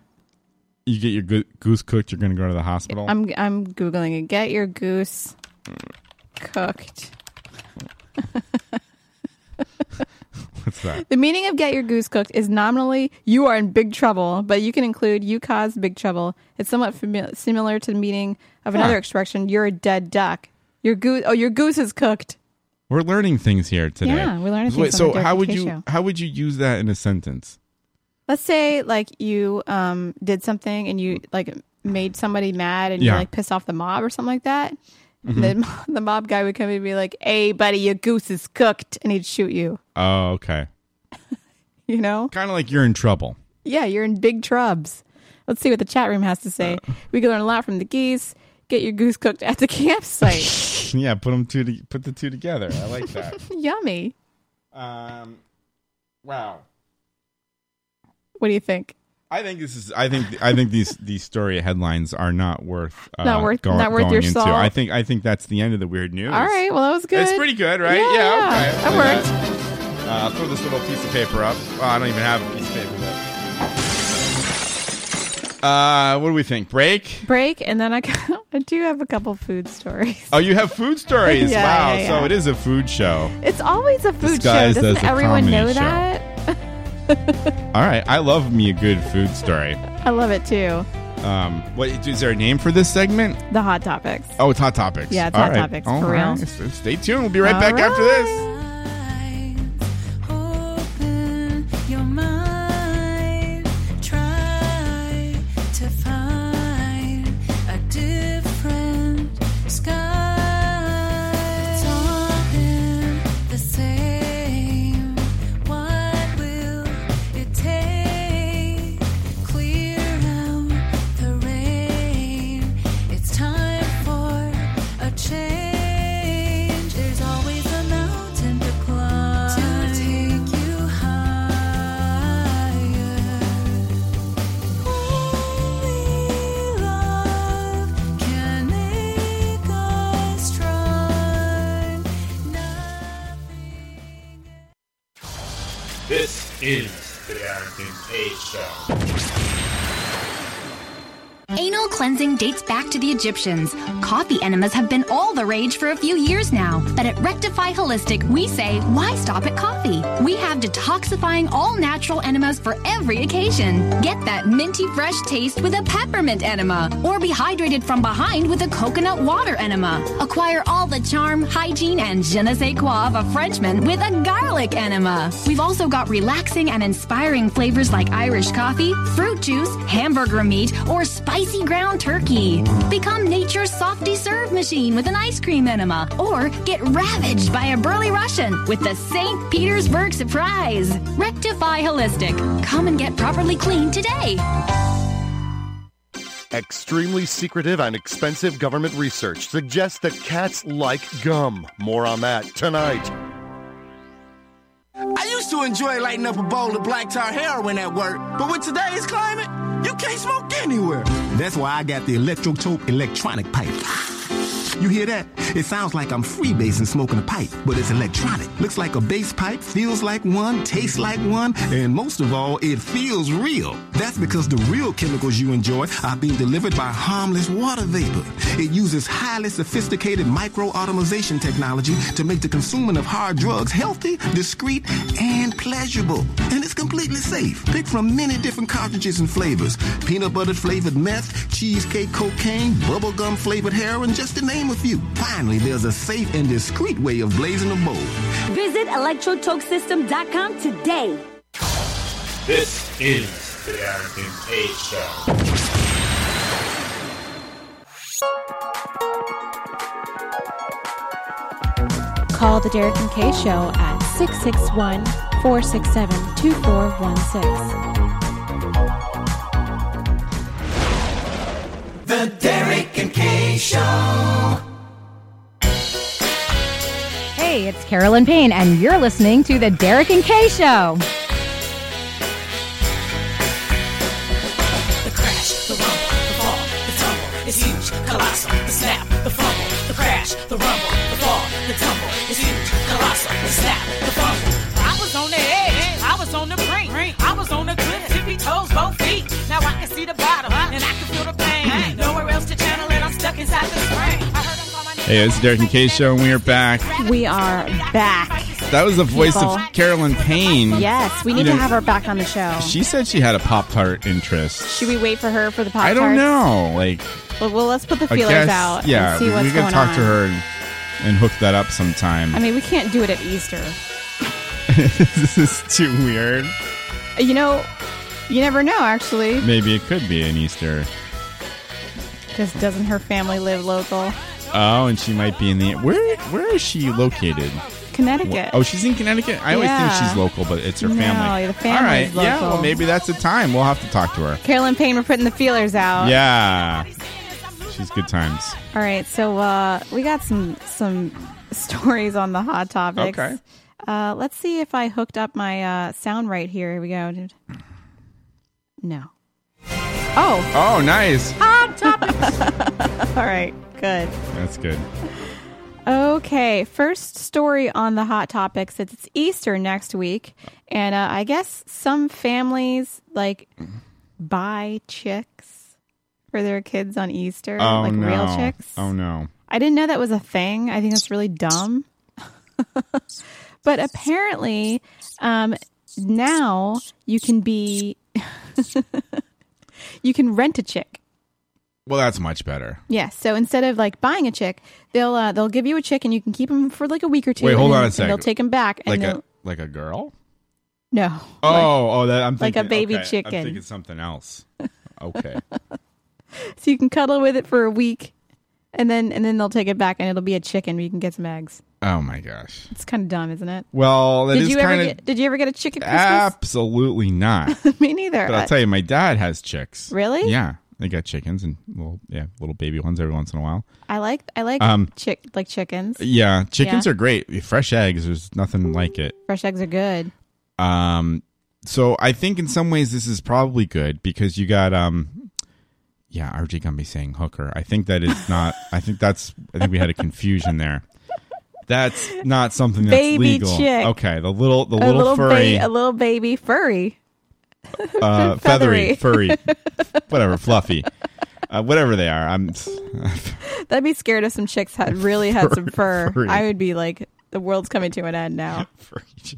Speaker 2: you get your go- goose cooked, you're going to go to the hospital?
Speaker 1: I'm I'm googling it. Get your goose cooked.
Speaker 2: What's that?
Speaker 1: The meaning of get your goose cooked is nominally you are in big trouble, but you can include you caused big trouble. It's somewhat fami- similar to the meaning of another
Speaker 2: Huh.
Speaker 1: expression, you're a dead duck. Your goose oh your goose is cooked.
Speaker 2: We're learning things here today.
Speaker 1: Yeah, we're learning
Speaker 2: Wait,
Speaker 1: things
Speaker 2: So
Speaker 1: on the
Speaker 2: how
Speaker 1: Derek
Speaker 2: would
Speaker 1: K.
Speaker 2: you
Speaker 1: Show.
Speaker 2: how would you use that in a sentence?
Speaker 1: Let's say like you um did something and you like made somebody mad and
Speaker 2: Yeah.
Speaker 1: you
Speaker 2: Mm-hmm.
Speaker 1: like pissed off the mob or something like that. Then the mob guy would come and be like, "Hey buddy, your goose is cooked." And he'd shoot you,
Speaker 2: Oh, okay.
Speaker 1: you know?
Speaker 2: Kind of like you're in trouble.
Speaker 1: Yeah, you're in big trubs. Let's see what the chat room has to say.
Speaker 2: Uh.
Speaker 1: We can learn a lot from the geese. Get your goose cooked at the campsite.
Speaker 2: yeah, put them two. To, put the two together. I like that.
Speaker 1: Yummy.
Speaker 2: um, wow.
Speaker 1: What do you think?
Speaker 2: I think this is. I think. I think these these story headlines are not worth. Uh,
Speaker 1: Not worth-
Speaker 2: go-
Speaker 1: not worth
Speaker 2: going
Speaker 1: your
Speaker 2: into.
Speaker 1: salt.
Speaker 2: I think. I think that's the end of the weird news.
Speaker 1: All right. Well, that was good.
Speaker 2: It's pretty good, right? Yeah. okay.
Speaker 1: That worked.
Speaker 2: Uh, throw this little piece of paper up. Oh, I don't even have a piece of paper. But... Uh, what do we think? Break.
Speaker 1: Break, and then I, I do have a couple food stories.
Speaker 2: Oh, you have food stories.
Speaker 1: Yeah,
Speaker 2: wow.
Speaker 1: yeah,
Speaker 2: So
Speaker 1: yeah.
Speaker 2: it is a food show.
Speaker 1: It's always a food show.
Speaker 2: Disguised as
Speaker 1: Doesn't
Speaker 2: a
Speaker 1: everyone
Speaker 2: comedy
Speaker 1: know
Speaker 2: show.
Speaker 1: that?
Speaker 2: All right. I love me a good food story.
Speaker 1: I love it too.
Speaker 2: Um, what is there a name for this segment?
Speaker 1: The hot topics.
Speaker 2: Oh, it's hot topics.
Speaker 1: Yeah, it's
Speaker 2: All
Speaker 1: Hot
Speaker 2: right.
Speaker 1: Topics,
Speaker 2: All
Speaker 1: for real.
Speaker 2: right. So Stay tuned. We'll be right
Speaker 1: All
Speaker 2: back after this.
Speaker 14: your mind. Try to find a different sky. It's all been the same. What will it take? Clear out the rain. It's time for a change. There's always a mountain to climb to take you higher. Only love can make us strong.
Speaker 3: This is the Arrington A Show.
Speaker 11: Anal cleansing dates back to the Egyptians. Coffee enemas have been all the rage for a few years now. But at Rectify Holistic, we say, why stop at coffee? We have detoxifying all natural enemas for every occasion. Get that minty fresh taste with a peppermint enema, or be hydrated from behind with a coconut water enema. Acquire all the charm, hygiene, and je ne sais quoi of a Frenchman with a garlic enema. We've also got relaxing and inspiring flavors like Irish coffee, fruit juice, hamburger meat, or spicy ground turkey. Become nature's softy serve machine with an ice cream enema, or get ravaged by a burly Russian with the St. Petersburg surprise. Rectify Holistic. Come and get properly clean today.
Speaker 15: Extremely secretive and expensive government research suggests that cats like gum. More on that tonight.
Speaker 16: I used to enjoy lighting up a bowl of black tar heroin at work, but with today's climate, you can't smoke anywhere.
Speaker 13: That's why I got the Electrotope electronic pipe. You hear that? It sounds like I'm freebasing smoking a pipe, but it's electronic. Looks like a bass pipe, feels like one, tastes like one, and most of all, it feels real. That's because the real chemicals you enjoy are being delivered by harmless water vapor. It uses highly sophisticated micro-automation technology to make the consuming of hard drugs healthy, discreet, and pleasurable. And it's completely safe. Pick from many different cartridges and flavors. Peanut butter flavored meth, cheesecake cocaine, bubblegum flavored heroin, just to name a few. Finally, there's a safe and discreet way of blazing a bowl.
Speaker 17: Visit electrotokesystem.com today.
Speaker 3: This is the Arrington A Show.
Speaker 4: Call the Derek and Kay Show at 661 467 2416.
Speaker 16: The Derek and Kay Show.
Speaker 18: Hey, it's Carolyn Payne, and you're listening to The Derek and Kay Show.
Speaker 14: The crash, the rumble, the fall, the tumble is huge, colossal. The snap, the fumble, the crash, the rumble, the fall, the tumble is huge, colossal. The snap, the fumble. I was on the edge, I was on the brink, I was on the cliff, tippy toes, both feet. Now I can see the bottom, and I can feel the pain. Nowhere else to channel it, I'm stuck inside the spring.
Speaker 2: Hey, it's the Derek and Kay Show, and we are back.
Speaker 1: We are back.
Speaker 2: That was the voice
Speaker 1: People.
Speaker 2: of Carolyn Payne.
Speaker 1: Yes, we need
Speaker 2: You know,
Speaker 1: to have her back on the show.
Speaker 2: She said she had a Pop Tart interest.
Speaker 1: Should we wait for her for the podcast?
Speaker 2: I don't know. Like,
Speaker 1: Well, well, let's put the
Speaker 2: I
Speaker 1: feelers
Speaker 2: guess,
Speaker 1: out
Speaker 2: yeah,
Speaker 1: and see what's
Speaker 2: we can
Speaker 1: going
Speaker 2: talk
Speaker 1: on.
Speaker 2: to her and, and hook that up sometime.
Speaker 1: I mean, we can't do it at Easter.
Speaker 2: this is too weird.
Speaker 1: You know, you never know. Actually,
Speaker 2: Maybe it could be an Easter.
Speaker 1: because doesn't her family live local?
Speaker 2: Oh, and she might be in the. Where Where is she located?
Speaker 1: Connecticut.
Speaker 2: Oh, she's in Connecticut. I always
Speaker 1: Yeah.
Speaker 2: think she's local, but it's her
Speaker 1: No,
Speaker 2: family.
Speaker 1: the
Speaker 2: All right.
Speaker 1: family's
Speaker 2: Yeah.
Speaker 1: local.
Speaker 2: Well, maybe that's a time. We'll have to talk to her.
Speaker 1: Carolyn Payne, we're putting the feelers out.
Speaker 2: Yeah. She's good times.
Speaker 1: All right, so uh, we got some some stories on the hot topics.
Speaker 2: Okay.
Speaker 1: Uh, let's see if I hooked up my uh, sound right here. Here we go. dude. No. Oh.
Speaker 2: Oh, nice.
Speaker 1: Hot topics. All right. Good.
Speaker 2: That's good.
Speaker 1: Okay, first story on the hot topics. It's, it's Easter next week, and uh, I guess some families like
Speaker 2: Mm-hmm.
Speaker 1: buy chicks for their kids on Easter,
Speaker 2: Oh
Speaker 1: like
Speaker 2: no.
Speaker 1: real chicks.
Speaker 2: Oh no.
Speaker 1: I didn't know that was a thing. I think that's really dumb. but apparently, um, now you can be you can rent a chick.
Speaker 2: Well, that's much better.
Speaker 1: Yeah. So instead of like buying a chick, they'll uh, they'll give you a chick and you can keep them for like a week or two.
Speaker 2: Wait,
Speaker 1: and
Speaker 2: hold
Speaker 1: then-
Speaker 2: on a
Speaker 1: and
Speaker 2: second.
Speaker 1: they'll take them back and
Speaker 2: Like
Speaker 1: they'll,
Speaker 2: a like a girl.
Speaker 1: no.
Speaker 2: Oh, oh, that I'm
Speaker 1: like
Speaker 2: thinking,
Speaker 1: a baby
Speaker 2: okay,
Speaker 1: chicken.
Speaker 2: I'm thinking something else. Okay.
Speaker 1: So you can cuddle with it for a week, and then and then they'll take it back and it'll be a chicken. You can get some eggs.
Speaker 2: oh my gosh.
Speaker 1: It's kind of dumb, isn't it?
Speaker 2: Well, that
Speaker 1: did
Speaker 2: is
Speaker 1: you ever
Speaker 2: kinda-
Speaker 1: get, did you ever get a chicken Christmas?
Speaker 2: Absolutely not.
Speaker 1: Me neither.
Speaker 2: But I'll tell you, my dad has chicks.
Speaker 1: Really?
Speaker 2: Yeah, they got chickens and little yeah little baby ones every once in a while.
Speaker 1: I like I like
Speaker 2: Um,
Speaker 1: chick like chickens.
Speaker 2: Yeah, chickens
Speaker 1: Yeah.
Speaker 2: are great. Fresh eggs, there's nothing like it.
Speaker 1: Fresh eggs are good.
Speaker 2: Um, so I think in some ways this is probably good because you got um, yeah, RJ Gumby saying hooker. I think that is not. I think that's. I think we had a confusion there. That's not something that's
Speaker 1: Baby
Speaker 2: legal.
Speaker 1: chick.
Speaker 2: Okay, the little the
Speaker 1: a
Speaker 2: little,
Speaker 1: little
Speaker 2: furry,
Speaker 1: ba- a little baby furry.
Speaker 2: uh, feathery,
Speaker 1: feathery.
Speaker 2: furry, whatever, fluffy, uh, whatever they are. I'm.
Speaker 1: That'd be scared if some chicks had really had some fur.
Speaker 2: Furry.
Speaker 1: I would be like, the world's coming to an end now.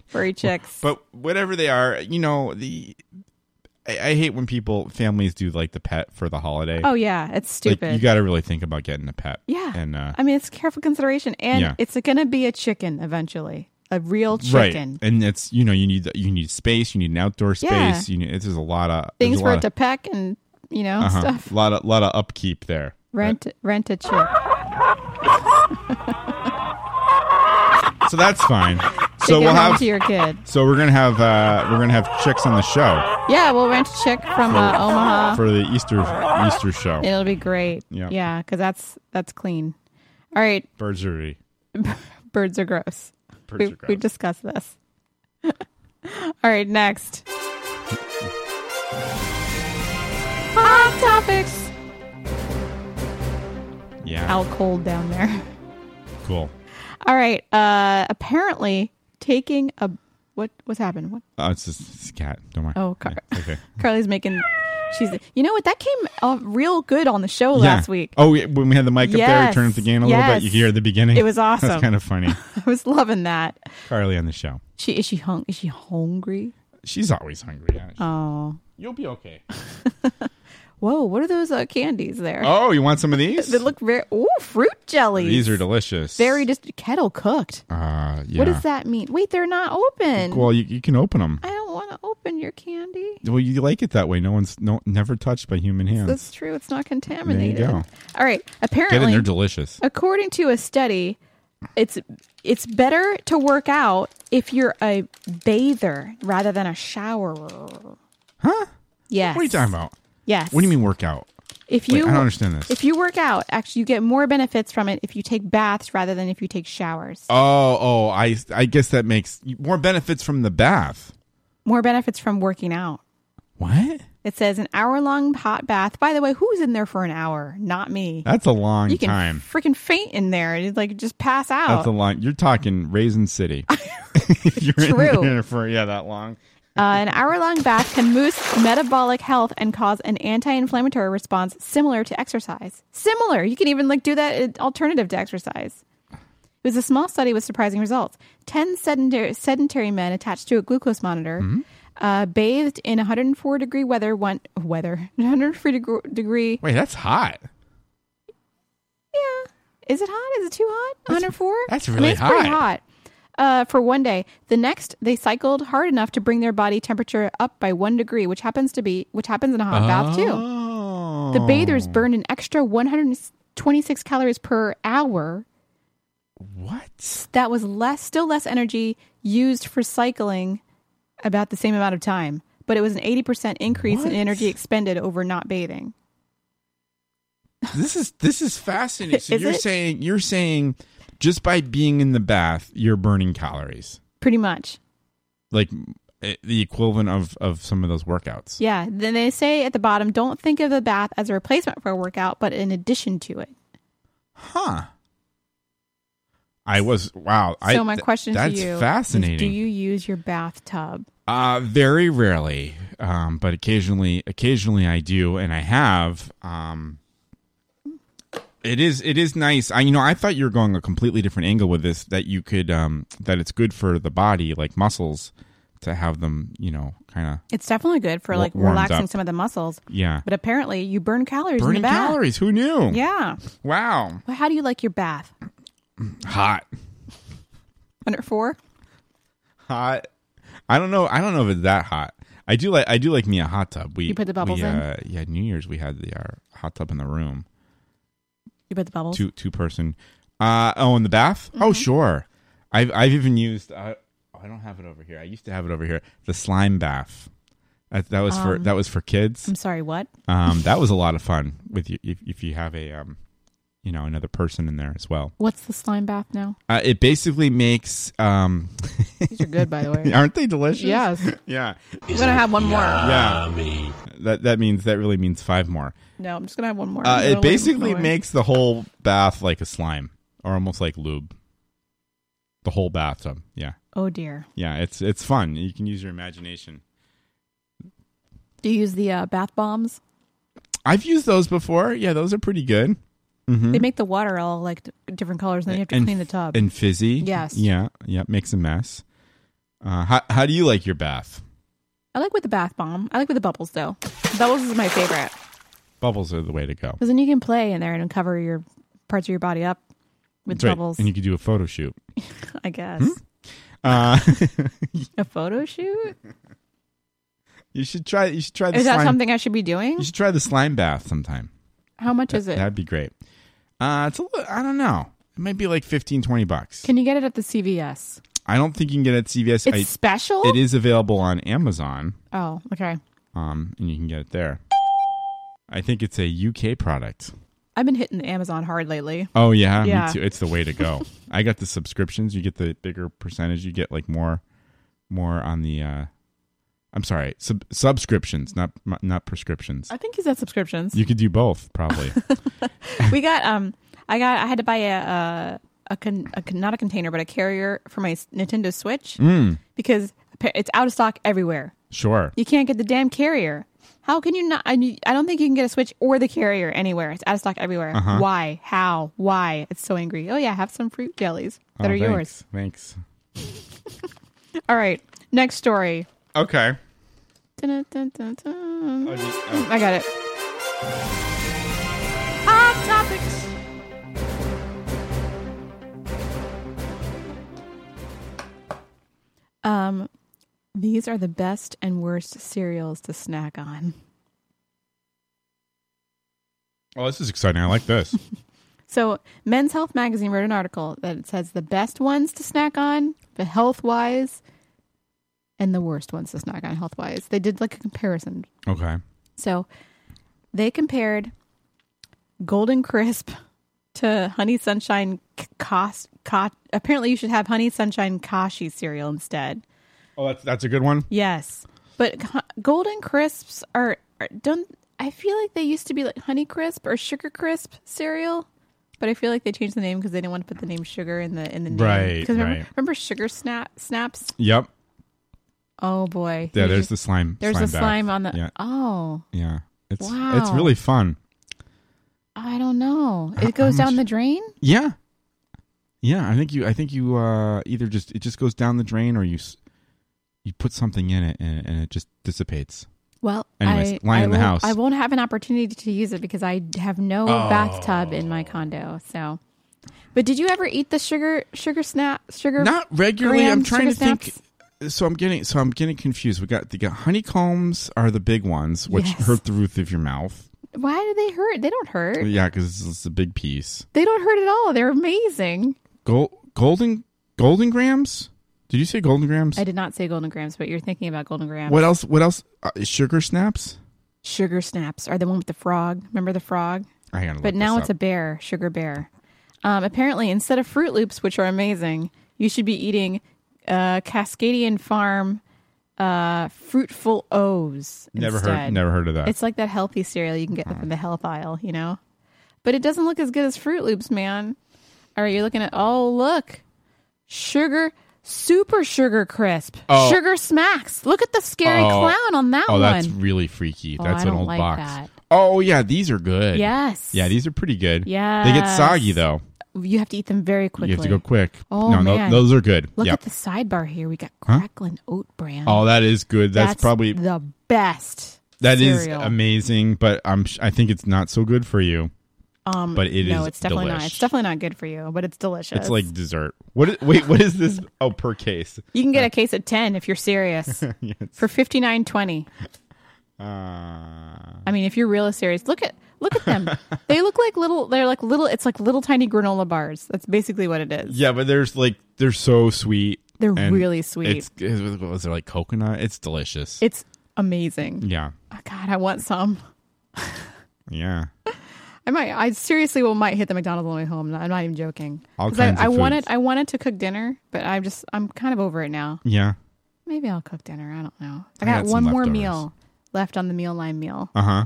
Speaker 2: furry,
Speaker 1: chicks.
Speaker 2: But whatever they are, you know the. I, I hate when people families do like the pet for the holiday.
Speaker 1: Oh, yeah, it's
Speaker 2: Like,
Speaker 1: stupid.
Speaker 2: you got to really think about getting a pet.
Speaker 1: Yeah.
Speaker 2: and uh,
Speaker 1: I mean, it's careful consideration, and
Speaker 2: Yeah.
Speaker 1: it's going to be a chicken eventually, a real
Speaker 2: right,
Speaker 1: chicken.
Speaker 2: and it's you know you need you need space, you need an outdoor space.
Speaker 1: Yeah.
Speaker 2: You need, it's just a lot of
Speaker 1: Things for
Speaker 2: there's
Speaker 1: it to peck and you know
Speaker 2: a lot of, uh-huh,
Speaker 1: stuff.
Speaker 2: lot of lot of upkeep there.
Speaker 1: Rent rent a chick.
Speaker 2: So that's fine. so
Speaker 1: Take it
Speaker 2: we'll
Speaker 1: home
Speaker 2: have
Speaker 1: to your kid.
Speaker 2: So we're gonna have uh, we're gonna have chicks on the show
Speaker 1: Yeah, we'll rent a chick from
Speaker 2: For-
Speaker 1: uh, Omaha.
Speaker 2: for the Easter Easter show.
Speaker 1: It'll be great.
Speaker 2: Yeah.
Speaker 1: yeah, because that's that's clean. All right,
Speaker 2: Birdsary.
Speaker 1: birds are gross.
Speaker 2: Birds
Speaker 1: we,
Speaker 2: are
Speaker 1: We
Speaker 2: gross.
Speaker 1: discussed this. All right, next. Hot topics.
Speaker 2: Yeah.
Speaker 1: Out cold down there.
Speaker 2: Cool.
Speaker 1: All right. Uh apparently taking a what what's happened? What
Speaker 2: Oh, it's just it's a cat. Don't worry.
Speaker 1: Oh, Car-
Speaker 2: Yeah, okay.
Speaker 1: Carly's making she's You know what? That came uh, real good on the show last
Speaker 2: Yeah.
Speaker 1: week.
Speaker 2: Oh, yeah, when we had the mic up there, we
Speaker 1: Yes.
Speaker 2: turned up the gain a little
Speaker 1: Yes.
Speaker 2: bit. You could hear the beginning.
Speaker 1: It was awesome.
Speaker 2: That's kind of funny.
Speaker 1: I was loving that.
Speaker 2: Carly on the show.
Speaker 1: She is she hung is she hungry?
Speaker 2: She's always hungry. Yeah.
Speaker 1: Oh.
Speaker 2: You'll be okay.
Speaker 1: Whoa, what are those uh, candies there?
Speaker 2: Oh, you want some of these?
Speaker 1: They look very ooh, fruit jellies.
Speaker 2: These are delicious.
Speaker 1: very just kettle cooked.
Speaker 2: Uh, yeah.
Speaker 1: What does that mean? Wait, they're not open.
Speaker 2: Well, you, you can open them.
Speaker 1: I don't want to open your candy.
Speaker 2: Well, you like it that way. No one's no never touched by human hands.
Speaker 1: That's true. It's not contaminated.
Speaker 2: go.
Speaker 1: All right.
Speaker 2: Get in.
Speaker 1: Apparently,
Speaker 2: They're delicious.
Speaker 1: according to a study, it's it's better to work out if you're a bather rather than a showerer.
Speaker 2: Huh?
Speaker 1: Yes.
Speaker 2: What are you talking about?
Speaker 1: Yes.
Speaker 2: What do you mean workout?
Speaker 1: If
Speaker 2: Wait,
Speaker 1: you
Speaker 2: I don't understand this.
Speaker 1: If you work out, actually, you get more benefits from it if you take baths rather than if you take showers.
Speaker 2: Oh, oh, I I guess that makes more benefits from the bath.
Speaker 1: More benefits from working out.
Speaker 2: What?
Speaker 1: It says an hour long hot bath. By the way, who's in there for an hour? Not me.
Speaker 2: That's a long
Speaker 1: you can
Speaker 2: time.
Speaker 1: freaking faint in there. You'd, like just pass out.
Speaker 2: That's a long. You're talking Raisin City. You're
Speaker 1: True.
Speaker 2: in there for yeah that long.
Speaker 1: Uh, an hour long bath can boost metabolic health and cause an anti inflammatory response similar to exercise. Similar. You can even like do that uh, alternative to exercise. It was a small study with surprising results. 10 sedentary, sedentary men attached to a glucose monitor, uh, bathed in 104 degree weather, one, weather, 104 degree, degree.
Speaker 2: Wait, that's hot.
Speaker 1: Is it hot? Is it too hot? 104?
Speaker 2: that's
Speaker 1: I mean,
Speaker 2: really
Speaker 1: it's pretty
Speaker 2: hot.
Speaker 1: hot. Uh, for one day. The next, they cycled hard enough to bring their body temperature up by one degree, which happens to be, which happens in a hot bath
Speaker 2: Oh.
Speaker 1: too. The bathers burned an extra 126 calories per hour
Speaker 2: Oh.
Speaker 1: What? That was less, still less energy used for cycling about the same amount of time, but it was an 80% increase in
Speaker 2: What?
Speaker 1: energy expended over not bathing.
Speaker 2: This is this is fascinating. So
Speaker 1: Is
Speaker 2: you're
Speaker 1: it?
Speaker 2: saying you're saying just by being in the bath, you're burning calories,
Speaker 1: Pretty much.
Speaker 2: like eh, the equivalent of of some of those workouts.
Speaker 1: Yeah. Then they say at the bottom, don't think of the bath as a replacement for a workout, but in addition to it.
Speaker 2: Huh. I was wow. I,
Speaker 1: so my
Speaker 2: th-
Speaker 1: question
Speaker 2: that's
Speaker 1: to you is,
Speaker 2: fascinating.
Speaker 1: do you use your bathtub?
Speaker 2: Uh, very rarely, um, but occasionally, occasionally I do, and I have. Um, it is it is nice. I you know I thought you were going a completely different angle with this that you could um, that it's good for the body like muscles to have them you know kind of
Speaker 1: It's definitely good for
Speaker 2: Wa-
Speaker 1: like
Speaker 2: warms
Speaker 1: relaxing
Speaker 2: up.
Speaker 1: some of the muscles.
Speaker 2: Yeah.
Speaker 1: But apparently you burn calories in
Speaker 2: burning
Speaker 1: the bath.
Speaker 2: calories. Who knew?
Speaker 1: Yeah.
Speaker 2: Wow.
Speaker 1: Well, how do you like your bath?
Speaker 2: Hot.
Speaker 1: Under four?
Speaker 2: Hot. I don't know. I don't know if it's that hot. I do like I do like me a hot tub. We
Speaker 1: You put the bubbles
Speaker 2: we,
Speaker 1: in?
Speaker 2: Uh, yeah, New Year's we had the our hot tub in the room.
Speaker 1: You put the bubbles.
Speaker 2: two two person. Uh oh, in the bath.
Speaker 1: Mm-hmm.
Speaker 2: Oh sure, I've I've even used. Uh, oh, I don't have it over here. I used to have it over here. The slime bath. That, that was for
Speaker 1: Um,
Speaker 2: that was for kids.
Speaker 1: I'm sorry, what?
Speaker 2: Um, that was a lot of fun with you if, if you have a um, you know, another person in there as well.
Speaker 1: What's the slime bath now?
Speaker 2: Uh, it basically makes um,
Speaker 1: These are good, by the way.
Speaker 2: aren't they delicious?
Speaker 1: Yes.
Speaker 2: yeah.
Speaker 1: I'm gonna have one more.
Speaker 2: Yeah. That that means that really means five more.
Speaker 1: No, I'm just gonna have one more.
Speaker 2: Uh,
Speaker 1: I'm gonna
Speaker 2: it
Speaker 1: leave
Speaker 2: basically
Speaker 1: away.
Speaker 2: makes the whole bath like a slime, or almost like lube. The whole bathtub, yeah,
Speaker 1: Oh dear.
Speaker 2: yeah. It's it's fun. You can use your imagination.
Speaker 1: Do you use the uh, bath bombs?
Speaker 2: I've used those before. Yeah, those are pretty good. Mhm.
Speaker 1: They make the water all like d- different colors, and then you have to
Speaker 2: And-
Speaker 1: clean the tub.
Speaker 2: and fizzy.
Speaker 1: Yes.
Speaker 2: yeah, yeah. Makes a mess. Uh, how how do you like your bath?
Speaker 1: I like with the bath bomb. I like with the bubbles though. Bubbles is my favorite
Speaker 2: Bubbles are the way to go.
Speaker 1: because then you can play in there and cover your parts of your body up with
Speaker 2: That's right.
Speaker 1: bubbles.
Speaker 2: and you could do a photo shoot.
Speaker 1: I guess
Speaker 2: Uh,
Speaker 1: a photo shoot.
Speaker 2: you should try. You should try. The
Speaker 1: Is that
Speaker 2: slime-
Speaker 1: something I should be doing?
Speaker 2: You should try the slime bath sometime.
Speaker 1: How much is it?
Speaker 2: That'd be great. Uh, it's a little, I don't know. It might be like 15, 20 bucks.
Speaker 1: Can you get it at the CVS?
Speaker 2: I don't think you can get it at CVS.
Speaker 1: It's
Speaker 2: I-
Speaker 1: special?
Speaker 2: It is available on Amazon,
Speaker 1: Oh, okay.
Speaker 2: um, and you can get it there. I think it's a UK product.
Speaker 1: I've been hitting Amazon hard lately.
Speaker 2: Oh yeah,
Speaker 1: Yeah.
Speaker 2: me too. It's the way to go. I got the subscriptions. You get the bigger percentage. You get like more, more on the. Uh, I'm sorry, sub- subscriptions, not not prescriptions.
Speaker 1: I think he's at subscriptions.
Speaker 2: You could do both, probably.
Speaker 1: we got um i got i had to buy a a, a, con, a con, not a container but a carrier for my S- nintendo switch
Speaker 2: Mm.
Speaker 1: because appa- it's out of stock everywhere
Speaker 2: sure.
Speaker 1: you can't get the damn carrier how can you not i, mean, I don't think you can get a switch or the carrier anywhere it's out of stock everywhere
Speaker 2: Uh-huh.
Speaker 1: why how why it's so angry oh yeah have some fruit jellies that
Speaker 2: Oh,
Speaker 1: are yours
Speaker 2: Thanks. Thanks.
Speaker 1: all right next story
Speaker 2: Okay.
Speaker 1: Dun, dun, dun, dun, dun.
Speaker 2: Oh, geez. Oh.
Speaker 1: i got it
Speaker 5: Hot topics.
Speaker 1: um these are the best and worst cereals to snack on
Speaker 2: Oh, this is exciting. I like this.
Speaker 1: So, Men's Health magazine wrote an article that it says the best ones to snack on, the health wise, and the worst ones to snack on health wise. They did like a comparison.
Speaker 2: okay.
Speaker 1: So, they compared Golden Crisp to Honey Sunshine K- Kos- Ka- Apparently, you should have Honey Sunshine Kashi cereal instead.
Speaker 2: Oh, that's that's a good one.
Speaker 1: Yes, but co- Golden Crisps are, are don't. I feel like they used to be like Honey Crisp or Sugar Crisp cereal, but I feel like they changed the name because they didn't want to put the name sugar in the in the name.
Speaker 2: Right,
Speaker 1: 'Cause remember,
Speaker 2: right.
Speaker 1: remember Sugar Snap Snaps?
Speaker 2: Yep.
Speaker 1: Oh boy.
Speaker 2: Yeah,
Speaker 1: You
Speaker 2: there's
Speaker 1: just-
Speaker 2: the slime.
Speaker 1: There's the
Speaker 2: bath.
Speaker 1: slime on the.
Speaker 2: Yeah.
Speaker 1: Oh,
Speaker 2: Yeah. It's it's
Speaker 1: Wow.
Speaker 2: really fun.
Speaker 1: I don't know. It goes down the drain.
Speaker 2: Yeah. Yeah, I think you I think you uh either just it just goes down the drain or you s- you put something in it and, and it just dissipates.
Speaker 1: Well,
Speaker 2: Anyways,
Speaker 1: I,
Speaker 2: lying
Speaker 1: I
Speaker 2: in the
Speaker 1: won't-
Speaker 2: house.
Speaker 1: I won't have an opportunity to use it because I have no
Speaker 2: Oh.
Speaker 1: bathtub in my condo. So, but did you ever eat the sugar sugar snap sugar?
Speaker 2: Not regularly.
Speaker 1: graham
Speaker 2: I'm trying to
Speaker 1: sugar
Speaker 2: think.
Speaker 1: snaps?
Speaker 2: So I'm getting so I'm getting confused. We got the got honeycombs are the big ones, which
Speaker 1: Yes.
Speaker 2: hurt the roof of your mouth.
Speaker 1: Why do they hurt? They don't hurt.
Speaker 2: Yeah, because it's, it's a big piece.
Speaker 1: They don't hurt at all. They're amazing.
Speaker 2: Gold, golden golden grams? Did you say golden grams?
Speaker 1: I did not say golden grams, but you're thinking about golden grams.
Speaker 2: What else? What else? Uh, sugar snaps?
Speaker 1: Sugar snaps are the one with the frog. Remember the frog?
Speaker 2: I gotta look
Speaker 1: But now
Speaker 2: this
Speaker 1: it's a
Speaker 2: up.
Speaker 1: bear, sugar bear. Um, apparently, instead of Fruit Loops, which are amazing, you should be eating uh, Cascadian Farm uh, fruitful O's.
Speaker 2: Never heard-
Speaker 1: instead.
Speaker 2: never heard of that. Hmm.
Speaker 1: It's like that healthy cereal you can get from the health aisle, you know. But it doesn't look as good as Fruit Loops, man. All right, you're looking at oh look, sugar. Super sugar crisp,
Speaker 2: Oh.
Speaker 1: sugar smacks. Look at the scary
Speaker 2: Oh.
Speaker 1: clown on that
Speaker 2: oh,
Speaker 1: one.
Speaker 2: that's really freaky.
Speaker 1: Oh,
Speaker 2: that's
Speaker 1: I
Speaker 2: an
Speaker 1: don't
Speaker 2: old
Speaker 1: like
Speaker 2: box.
Speaker 1: that.
Speaker 2: Oh yeah, these are good.
Speaker 1: Yes.
Speaker 2: Yeah, these are pretty good. They get soggy
Speaker 1: Yes.
Speaker 2: though.
Speaker 1: You have to eat them very quickly.
Speaker 2: You have to go quick.
Speaker 1: Oh
Speaker 2: no, no,
Speaker 1: man.
Speaker 2: those are good.
Speaker 1: Look
Speaker 2: yeah.
Speaker 1: at the sidebar here. We got
Speaker 2: Huh?
Speaker 1: crackling oat bran.
Speaker 2: Oh, that is good. That's, probably
Speaker 1: the best.
Speaker 2: that is
Speaker 1: cereal.
Speaker 2: amazing, but I'm sh- I think it's not so good for you.
Speaker 1: Um,
Speaker 2: but it is
Speaker 1: no, it's definitely not.
Speaker 2: delish.
Speaker 1: It's definitely not good for you, but it's delicious.
Speaker 2: It's like dessert. What is, wait, what is this? Oh, per case.
Speaker 1: you can get a case of ten if you're serious
Speaker 2: Yes.
Speaker 1: for fifty nine twenty.
Speaker 2: Uh,
Speaker 1: I mean, if you're really serious, look at look at them. they look like little. They're like little. It's like little tiny granola bars. That's basically what it is.
Speaker 2: yeah, but there's like they're so sweet.
Speaker 1: They're
Speaker 2: and
Speaker 1: really sweet.
Speaker 2: It's is- what was it like coconut? It's delicious.
Speaker 1: It's amazing.
Speaker 2: yeah,
Speaker 1: Oh, God, I want some.
Speaker 2: yeah.
Speaker 1: I might. I seriously will might hit the McDonald's on the way home. I'm not even joking.
Speaker 2: All
Speaker 1: 'Cause
Speaker 2: kinds
Speaker 1: I,
Speaker 2: of
Speaker 1: I wanted.
Speaker 2: foods.
Speaker 1: I wanted to cook dinner, but I'm just. I'm kind of over it now.
Speaker 2: Yeah.
Speaker 1: Maybe I'll cook dinner. I don't know. I
Speaker 2: I
Speaker 1: got,
Speaker 2: got
Speaker 1: one
Speaker 2: some
Speaker 1: more
Speaker 2: leftovers.
Speaker 1: meal left on the meal line meal,
Speaker 2: Uh huh.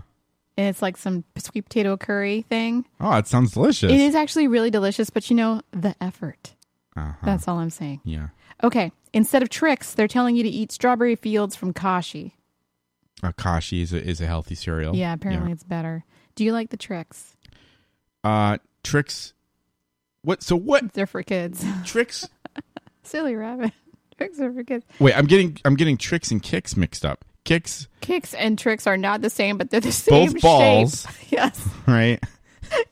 Speaker 1: and it's like some sweet potato curry thing.
Speaker 2: Oh, it sounds delicious.
Speaker 1: It is actually really delicious, but you know the effort.
Speaker 2: Uh-huh.
Speaker 1: That's all I'm saying.
Speaker 2: Yeah.
Speaker 1: Okay. Instead of tricks, they're telling you to eat strawberry fields from Kashi.
Speaker 2: Akashi is a, is a healthy cereal.
Speaker 1: Yeah, apparently it's better. Do you like the tricks?
Speaker 2: Uh, tricks. What? So what?
Speaker 1: They're for kids.
Speaker 2: Tricks.
Speaker 1: Silly rabbit. Tricks are for kids.
Speaker 2: Wait, I'm getting I'm getting tricks and kicks mixed up. Kicks,
Speaker 1: Kicks and tricks are not the same, but they're the same
Speaker 2: Both balls.
Speaker 1: shape. Yes.
Speaker 2: right?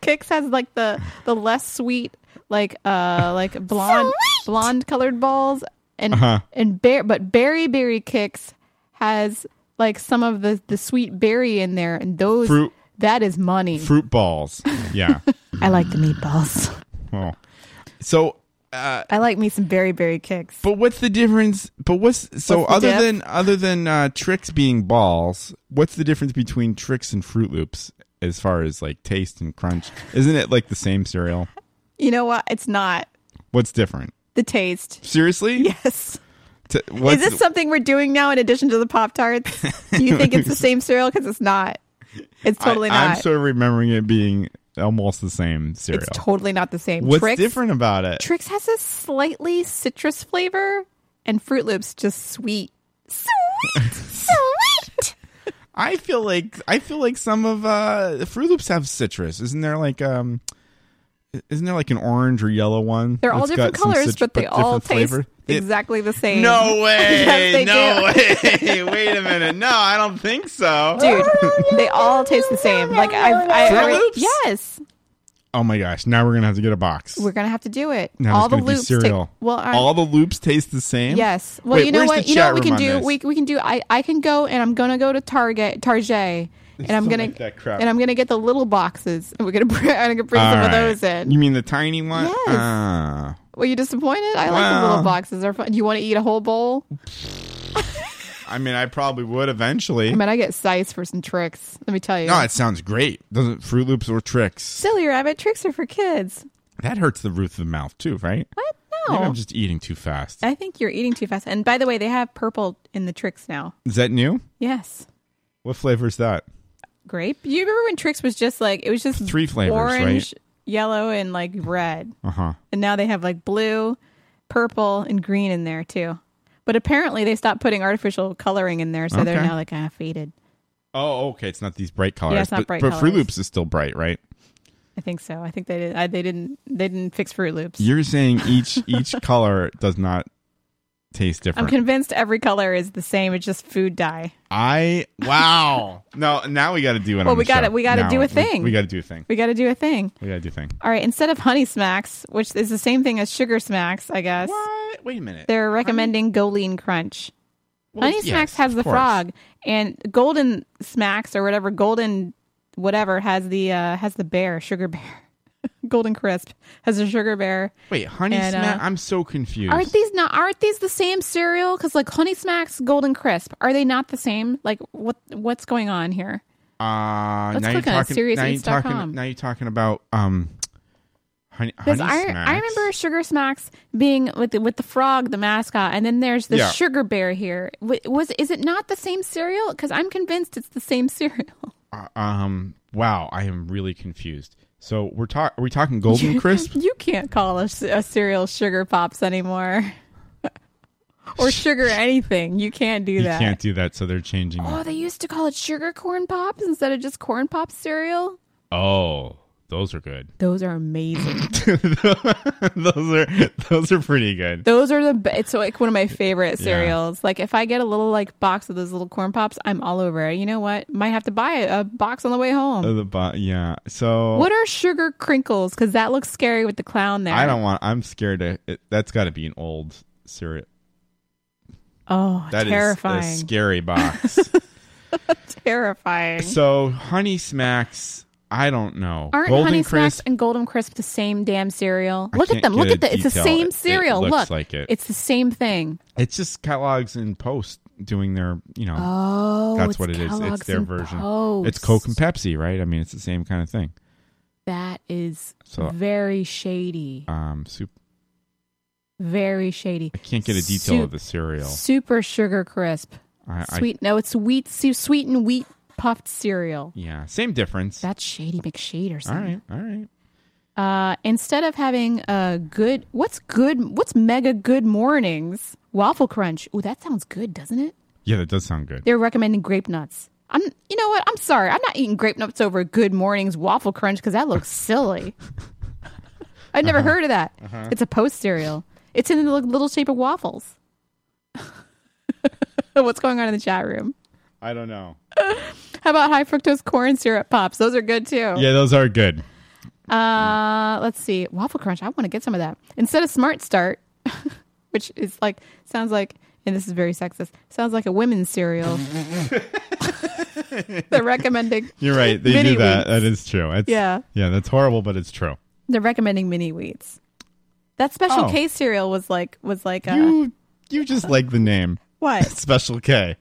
Speaker 1: Kicks has like the the less sweet, like uh like blonde blonde colored balls and
Speaker 2: Uh-huh.
Speaker 1: and bear but berry berry kicks has like some of the the sweet berry in there and those
Speaker 2: Fruit.
Speaker 1: that is money.
Speaker 2: Fruit balls. Yeah.
Speaker 1: I like the meatballs.
Speaker 2: oh. So,
Speaker 1: I like me some berry berry kicks.
Speaker 2: but what's the difference? But what's so
Speaker 1: What's the
Speaker 2: other
Speaker 1: dip?
Speaker 2: than other than uh, tricks being balls? What's the difference between tricks and Fruit Loops as far as like taste and crunch? Isn't it like the same cereal?
Speaker 1: You know what? It's not
Speaker 2: What's different?
Speaker 1: the taste.
Speaker 2: Seriously?
Speaker 1: Yes.
Speaker 2: T- what's,
Speaker 1: is this something we're doing now in addition to the Pop Tarts? you think it's the same cereal? Because it's not. It's totally
Speaker 2: I,
Speaker 1: not.
Speaker 2: I'm sort of remembering it being almost the same cereal.
Speaker 1: it's totally not the same.
Speaker 2: What's
Speaker 1: Trix,
Speaker 2: different about it?
Speaker 1: Trix has a slightly citrus flavor, and Fruit Loops just sweet. Sweet, sweet.
Speaker 2: I feel like I feel like some of uh Fruit Loops have citrus. Isn't there like um isn't there like an orange or yellow one?
Speaker 1: They're all
Speaker 2: that's
Speaker 1: different
Speaker 2: got some
Speaker 1: colors,
Speaker 2: cit-
Speaker 1: but they all
Speaker 2: different
Speaker 1: taste
Speaker 2: flavor? It-
Speaker 1: exactly the same.
Speaker 2: No way.
Speaker 1: Yes, they do.
Speaker 2: no way. Wait a minute. No, I don't think so.
Speaker 1: dude. They all taste the same. Like I've, I,
Speaker 2: Fruit
Speaker 1: I,
Speaker 2: Loops?
Speaker 1: yes,
Speaker 2: Oh my gosh. Now we're going to have to get a box.
Speaker 1: we're gonna have to do it.
Speaker 2: Now
Speaker 1: all
Speaker 2: there's
Speaker 1: the
Speaker 2: gonna be
Speaker 1: loops. ta-
Speaker 2: cereal.
Speaker 1: well, I-
Speaker 2: all the loops taste the same?
Speaker 1: Yes. Well,
Speaker 2: Wait,
Speaker 1: you know
Speaker 2: where's the
Speaker 1: what? You know
Speaker 2: chat
Speaker 1: what we can
Speaker 2: room
Speaker 1: do.
Speaker 2: on this?
Speaker 1: We we can do. I I can go and I'm gonna go to Target, Target, and I'm
Speaker 2: don't
Speaker 1: gonna
Speaker 2: like that crap.
Speaker 1: and I'm gonna get the little boxes and we're gonna bring, I'm gonna bring
Speaker 2: All
Speaker 1: some
Speaker 2: right.
Speaker 1: of those in.
Speaker 2: You mean the tiny one?
Speaker 1: Yes.
Speaker 2: Ah.
Speaker 1: Were you disappointed? I like the
Speaker 2: Well.
Speaker 1: little boxes. They're fun. You want to eat a whole bowl?
Speaker 2: I mean, I probably would eventually.
Speaker 1: I mean, I get size for some tricks. Let me tell you.
Speaker 2: no, it sounds great. Doesn't Fruit Loops or tricks?
Speaker 1: silly rabbit. Tricks are for kids.
Speaker 2: That hurts the roof of the mouth too, right?
Speaker 1: What?
Speaker 2: Maybe
Speaker 1: No.
Speaker 2: I'm just eating too fast.
Speaker 1: I think you're eating too fast. And by the way, they have purple in the tricks now.
Speaker 2: Is that new?
Speaker 1: Yes.
Speaker 2: What flavor is that?
Speaker 1: Grape. You remember when tricks was just like it was just
Speaker 2: Three flavors, right?
Speaker 1: orange, yellow, and like red.
Speaker 2: Uh huh.
Speaker 1: And now they have like blue, purple, and green in there too. But apparently they stopped putting artificial coloring in there, so they're
Speaker 2: Okay.
Speaker 1: now like kind of faded.
Speaker 2: Oh, okay. It's not these bright colors.
Speaker 1: Yeah, it's not
Speaker 2: but,
Speaker 1: bright
Speaker 2: but Fruit
Speaker 1: colors.
Speaker 2: Loops is still bright, right?
Speaker 1: I think so. I think they did. I, they didn't. They didn't fix Fruit Loops.
Speaker 2: You're saying each each color does not taste
Speaker 1: I'm
Speaker 2: different.
Speaker 1: convinced every color is the same. It's just food dye.
Speaker 2: I wow. no, now we got to do it.
Speaker 1: Well,
Speaker 2: on
Speaker 1: we
Speaker 2: the
Speaker 1: gotta-
Speaker 2: show.
Speaker 1: we gotta
Speaker 2: Now,
Speaker 1: do a
Speaker 2: we-
Speaker 1: thing.
Speaker 2: We, got to do a thing.
Speaker 1: We got to do a thing.
Speaker 2: We got to do a thing.
Speaker 1: All right. Instead of Honey Smacks, which is the same thing as Sugar Smacks, I guess
Speaker 2: What? Wait a minute.
Speaker 1: they're recommending Goleen Crunch.
Speaker 2: Well,
Speaker 1: Honey
Speaker 2: yes,
Speaker 1: Smacks has
Speaker 2: of
Speaker 1: the
Speaker 2: course.
Speaker 1: frog, and Golden Smacks or whatever Golden whatever has the uh, has the bear, sugar bear. Golden Crisp has a sugar bear.
Speaker 2: Wait, Honey
Speaker 1: And, uh,
Speaker 2: Smack? I'm so confused.
Speaker 1: Aren't these not? Aren't these the same cereal? Because like Honey Smacks, Golden Crisp, are they not the same? Like what? What's going on here?
Speaker 2: Uh,
Speaker 1: Let's
Speaker 2: now
Speaker 1: click
Speaker 2: you're
Speaker 1: on it,
Speaker 2: talking. now you're
Speaker 1: SeriousEats.com.
Speaker 2: talking. Now you're talking about um, honey, honey
Speaker 1: Because I,
Speaker 2: smacks.
Speaker 1: I remember Sugar Smacks being with the, with the frog, the mascot, and then there's the
Speaker 2: Yeah.
Speaker 1: sugar bear here. W- Was is it not the same cereal? Because I'm convinced it's the same cereal.
Speaker 2: Uh, um, wow, I am really confused. So we're talk. Are we talking Golden Crisp?
Speaker 1: you can't call a, s- a cereal sugar pops anymore, or sugar anything. You can't do
Speaker 2: you
Speaker 1: that.
Speaker 2: can't do that. So they're changing.
Speaker 1: Oh,
Speaker 2: it.
Speaker 1: they used to call it sugar corn pops instead of just corn pop cereal.
Speaker 2: Oh, those are good.
Speaker 1: Those are amazing.
Speaker 2: those are those are pretty good.
Speaker 1: those are the be- it's like one of my favorite
Speaker 2: Yeah.
Speaker 1: cereals. Like if I get a little like box of those little corn pops, I'm all over it. You know what? Might have to buy a, a box on the way home.
Speaker 2: Uh, the bo- yeah. So
Speaker 1: what are sugar crinkles? Because that looks scary with the clown there.
Speaker 2: I don't want. I'm scared. To, it, that's got to be an old cereal.
Speaker 1: Oh,
Speaker 2: That is
Speaker 1: terrifying!
Speaker 2: a scary box.
Speaker 1: terrifying.
Speaker 2: so honey smacks. I don't know.
Speaker 1: Aren't
Speaker 2: Golden
Speaker 1: Honey
Speaker 2: Crisp.
Speaker 1: Smacks and Golden Crisp the same damn cereal?
Speaker 2: I
Speaker 1: Look at
Speaker 2: can't
Speaker 1: them.
Speaker 2: get
Speaker 1: Look
Speaker 2: a
Speaker 1: at the. It's the
Speaker 2: detail.
Speaker 1: same
Speaker 2: It- it
Speaker 1: cereal.
Speaker 2: looks
Speaker 1: Look,
Speaker 2: like it.
Speaker 1: it's the same thing.
Speaker 2: It's just Kellogg's and Post doing their, you know.
Speaker 1: Oh,
Speaker 2: that's
Speaker 1: it's
Speaker 2: what it is.
Speaker 1: Kellogg's
Speaker 2: It's their
Speaker 1: and
Speaker 2: version.
Speaker 1: Post.
Speaker 2: It's Coke and Pepsi, right? I mean, it's the same kind of thing.
Speaker 1: That is
Speaker 2: So-
Speaker 1: very shady.
Speaker 2: Um, soup.
Speaker 1: Very shady. I
Speaker 2: Can't get a detail of the cereal.
Speaker 1: Super sugar crisp.
Speaker 2: I- I-
Speaker 1: sweet. no, it's wheat. su- Sweet and wheat puffed cereal.
Speaker 2: Yeah, same difference.
Speaker 1: That's shady McShade or
Speaker 2: all right.
Speaker 1: something.
Speaker 2: All right.
Speaker 1: Uh, instead of having a good, what's good? What's mega good mornings? Waffle crunch. Ooh, that sounds good, doesn't it?
Speaker 2: Yeah, that does sound good.
Speaker 1: They're recommending grape nuts. I'm, you know what? I'm sorry. I'm not eating grape nuts over good mornings waffle crunch because that looks silly. I've never heard of that.
Speaker 5: Uh-huh.
Speaker 1: It's a post cereal. It's in the li- little shape of waffles. What's going on in the chat room?
Speaker 2: I don't know.
Speaker 1: How about high fructose corn syrup pops? Those are good too.
Speaker 2: Yeah, those are good.
Speaker 1: Uh, let's see. Waffle Crunch. I want to get some of that instead of Smart Start, which is like sounds like, and this is very sexist. Sounds like a women's cereal. they're recommending.
Speaker 2: You're right. They
Speaker 1: mini
Speaker 2: do that.
Speaker 1: wheats.
Speaker 2: That is true. That's,
Speaker 1: Yeah.
Speaker 2: Yeah, that's horrible, but it's true.
Speaker 1: They're recommending mini wheats. That special
Speaker 2: Oh.
Speaker 1: K cereal was like was like a
Speaker 2: You- You just like the name.
Speaker 1: What?
Speaker 2: Special K.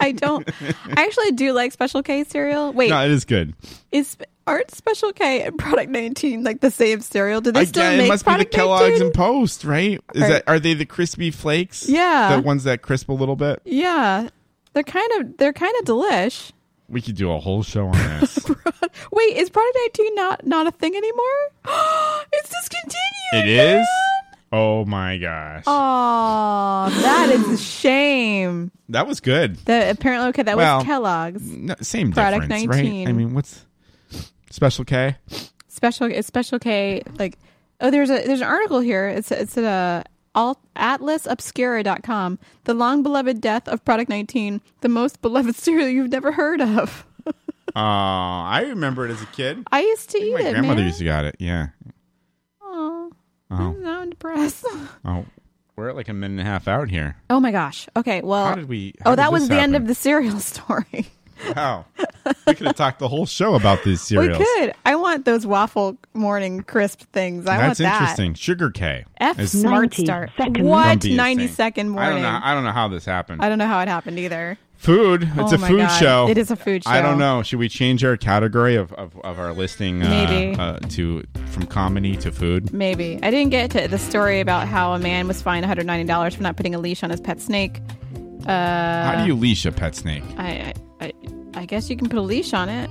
Speaker 1: I don't. I actually do like Special K cereal. Wait,
Speaker 2: No, it is good.
Speaker 1: is aren't Special K and Product 19 like the same cereal? Do they
Speaker 2: I
Speaker 1: still
Speaker 2: guess
Speaker 1: make
Speaker 2: it must be the
Speaker 1: Product
Speaker 2: Kellogg's
Speaker 1: 19?
Speaker 2: and Post, right? Is
Speaker 1: Or-
Speaker 2: that are they the crispy flakes?
Speaker 1: Yeah.
Speaker 2: the ones that crisp a little bit.
Speaker 1: Yeah, they're kind of they're kind of delish.
Speaker 2: We could do a whole show on this.
Speaker 1: Wait, is Product 19 not not a thing anymore? it's discontinued.
Speaker 2: it is. Oh my gosh,
Speaker 1: Oh, that is a shame.
Speaker 2: that was good.
Speaker 1: That apparently okay. That
Speaker 2: Well,
Speaker 1: was Kellogg's
Speaker 2: No, same
Speaker 1: Product
Speaker 2: difference,
Speaker 1: 19.
Speaker 2: right? I mean, what's Special K?
Speaker 1: special. It's special K. Like, oh, there's a there's an article here. It's it's at uh, a all atlasobscura.com. The long beloved death of Product 19, the most beloved cereal you've never heard of.
Speaker 2: Oh, I remember it as a kid.
Speaker 1: I used to eat
Speaker 2: My
Speaker 1: it,
Speaker 2: grandmother
Speaker 1: man.
Speaker 2: used to got it. Yeah.
Speaker 1: Oh,
Speaker 2: Oh,
Speaker 1: now I'm depressed.
Speaker 2: oh, we're at like a minute and a half out here.
Speaker 1: Oh my gosh. Okay. Well,
Speaker 2: How did we- how
Speaker 1: oh,
Speaker 2: did
Speaker 1: that
Speaker 2: this
Speaker 1: was the end
Speaker 2: happen?
Speaker 1: of the cereal story.
Speaker 2: Wow, we could have talked the whole show about these
Speaker 1: we
Speaker 2: cereals.
Speaker 1: could. I want those waffle morning crisp things. I want
Speaker 2: That's
Speaker 1: that.
Speaker 2: interesting. Sugar K.
Speaker 1: F
Speaker 2: is-
Speaker 1: smart start.
Speaker 2: Don't
Speaker 1: What
Speaker 2: be insane.
Speaker 1: ninety second
Speaker 2: I
Speaker 1: morning?
Speaker 2: don't know. I don't know how this happened.
Speaker 1: I don't know how it happened either.
Speaker 2: Food. It's
Speaker 1: Oh
Speaker 2: a
Speaker 1: my
Speaker 2: food
Speaker 1: God.
Speaker 2: show.
Speaker 1: It is a food
Speaker 2: I don't
Speaker 1: show.
Speaker 2: know. Should we change our category of, of, of our listing uh,
Speaker 1: Maybe.
Speaker 2: Uh, to from comedy to food?
Speaker 1: Maybe I didn't get to the story about how a man was fined one hundred ninety dollars for not putting a leash on his pet snake. Uh,
Speaker 2: how do you leash a pet snake?
Speaker 1: I, I, I- I guess you can put a leash on it.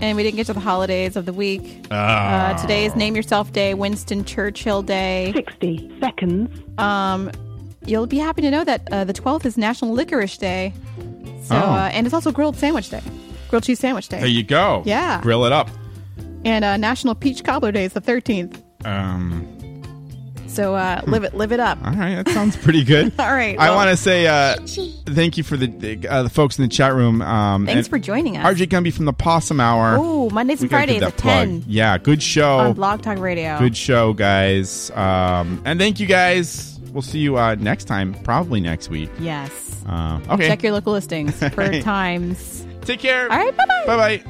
Speaker 1: And we didn't get to the holidays of the week. Uh,
Speaker 2: Oh.
Speaker 1: today is Name Yourself Day, Winston Churchill Day. 60 seconds. Um, you'll be happy to know that uh, the 12th is National Licorice Day. So,
Speaker 2: Oh.
Speaker 1: uh, and it's also Grilled Sandwich Day, Grilled Cheese Sandwich Day.
Speaker 2: There you go.
Speaker 1: Yeah.
Speaker 2: Grill it up.
Speaker 1: and uh, National Peach Cobbler Day is the 13th.
Speaker 2: Um.
Speaker 1: So uh,
Speaker 2: Hmm.
Speaker 1: live it live it up.
Speaker 2: All right. That sounds pretty good.
Speaker 1: All right.
Speaker 2: I
Speaker 1: well,
Speaker 2: want to say uh, thank you for the the, uh, the folks in the chat room. Um,
Speaker 1: Thanks
Speaker 2: and
Speaker 1: for joining us.
Speaker 2: RJ Gumby from the Possum Hour.
Speaker 1: Oh, Mondays
Speaker 2: We
Speaker 1: and
Speaker 2: gotta give
Speaker 1: Fridays
Speaker 2: that
Speaker 1: at 10
Speaker 2: plug. Yeah, good show.
Speaker 1: on Blog Talk Radio.
Speaker 2: Good show, guys. Um, and thank you, guys. We'll see you uh, next time, probably next week.
Speaker 1: Yes.
Speaker 2: Uh, okay.
Speaker 1: Check your local listings for
Speaker 2: Right.
Speaker 1: times.
Speaker 2: Take care.
Speaker 1: All right. Bye bye.
Speaker 2: Bye bye.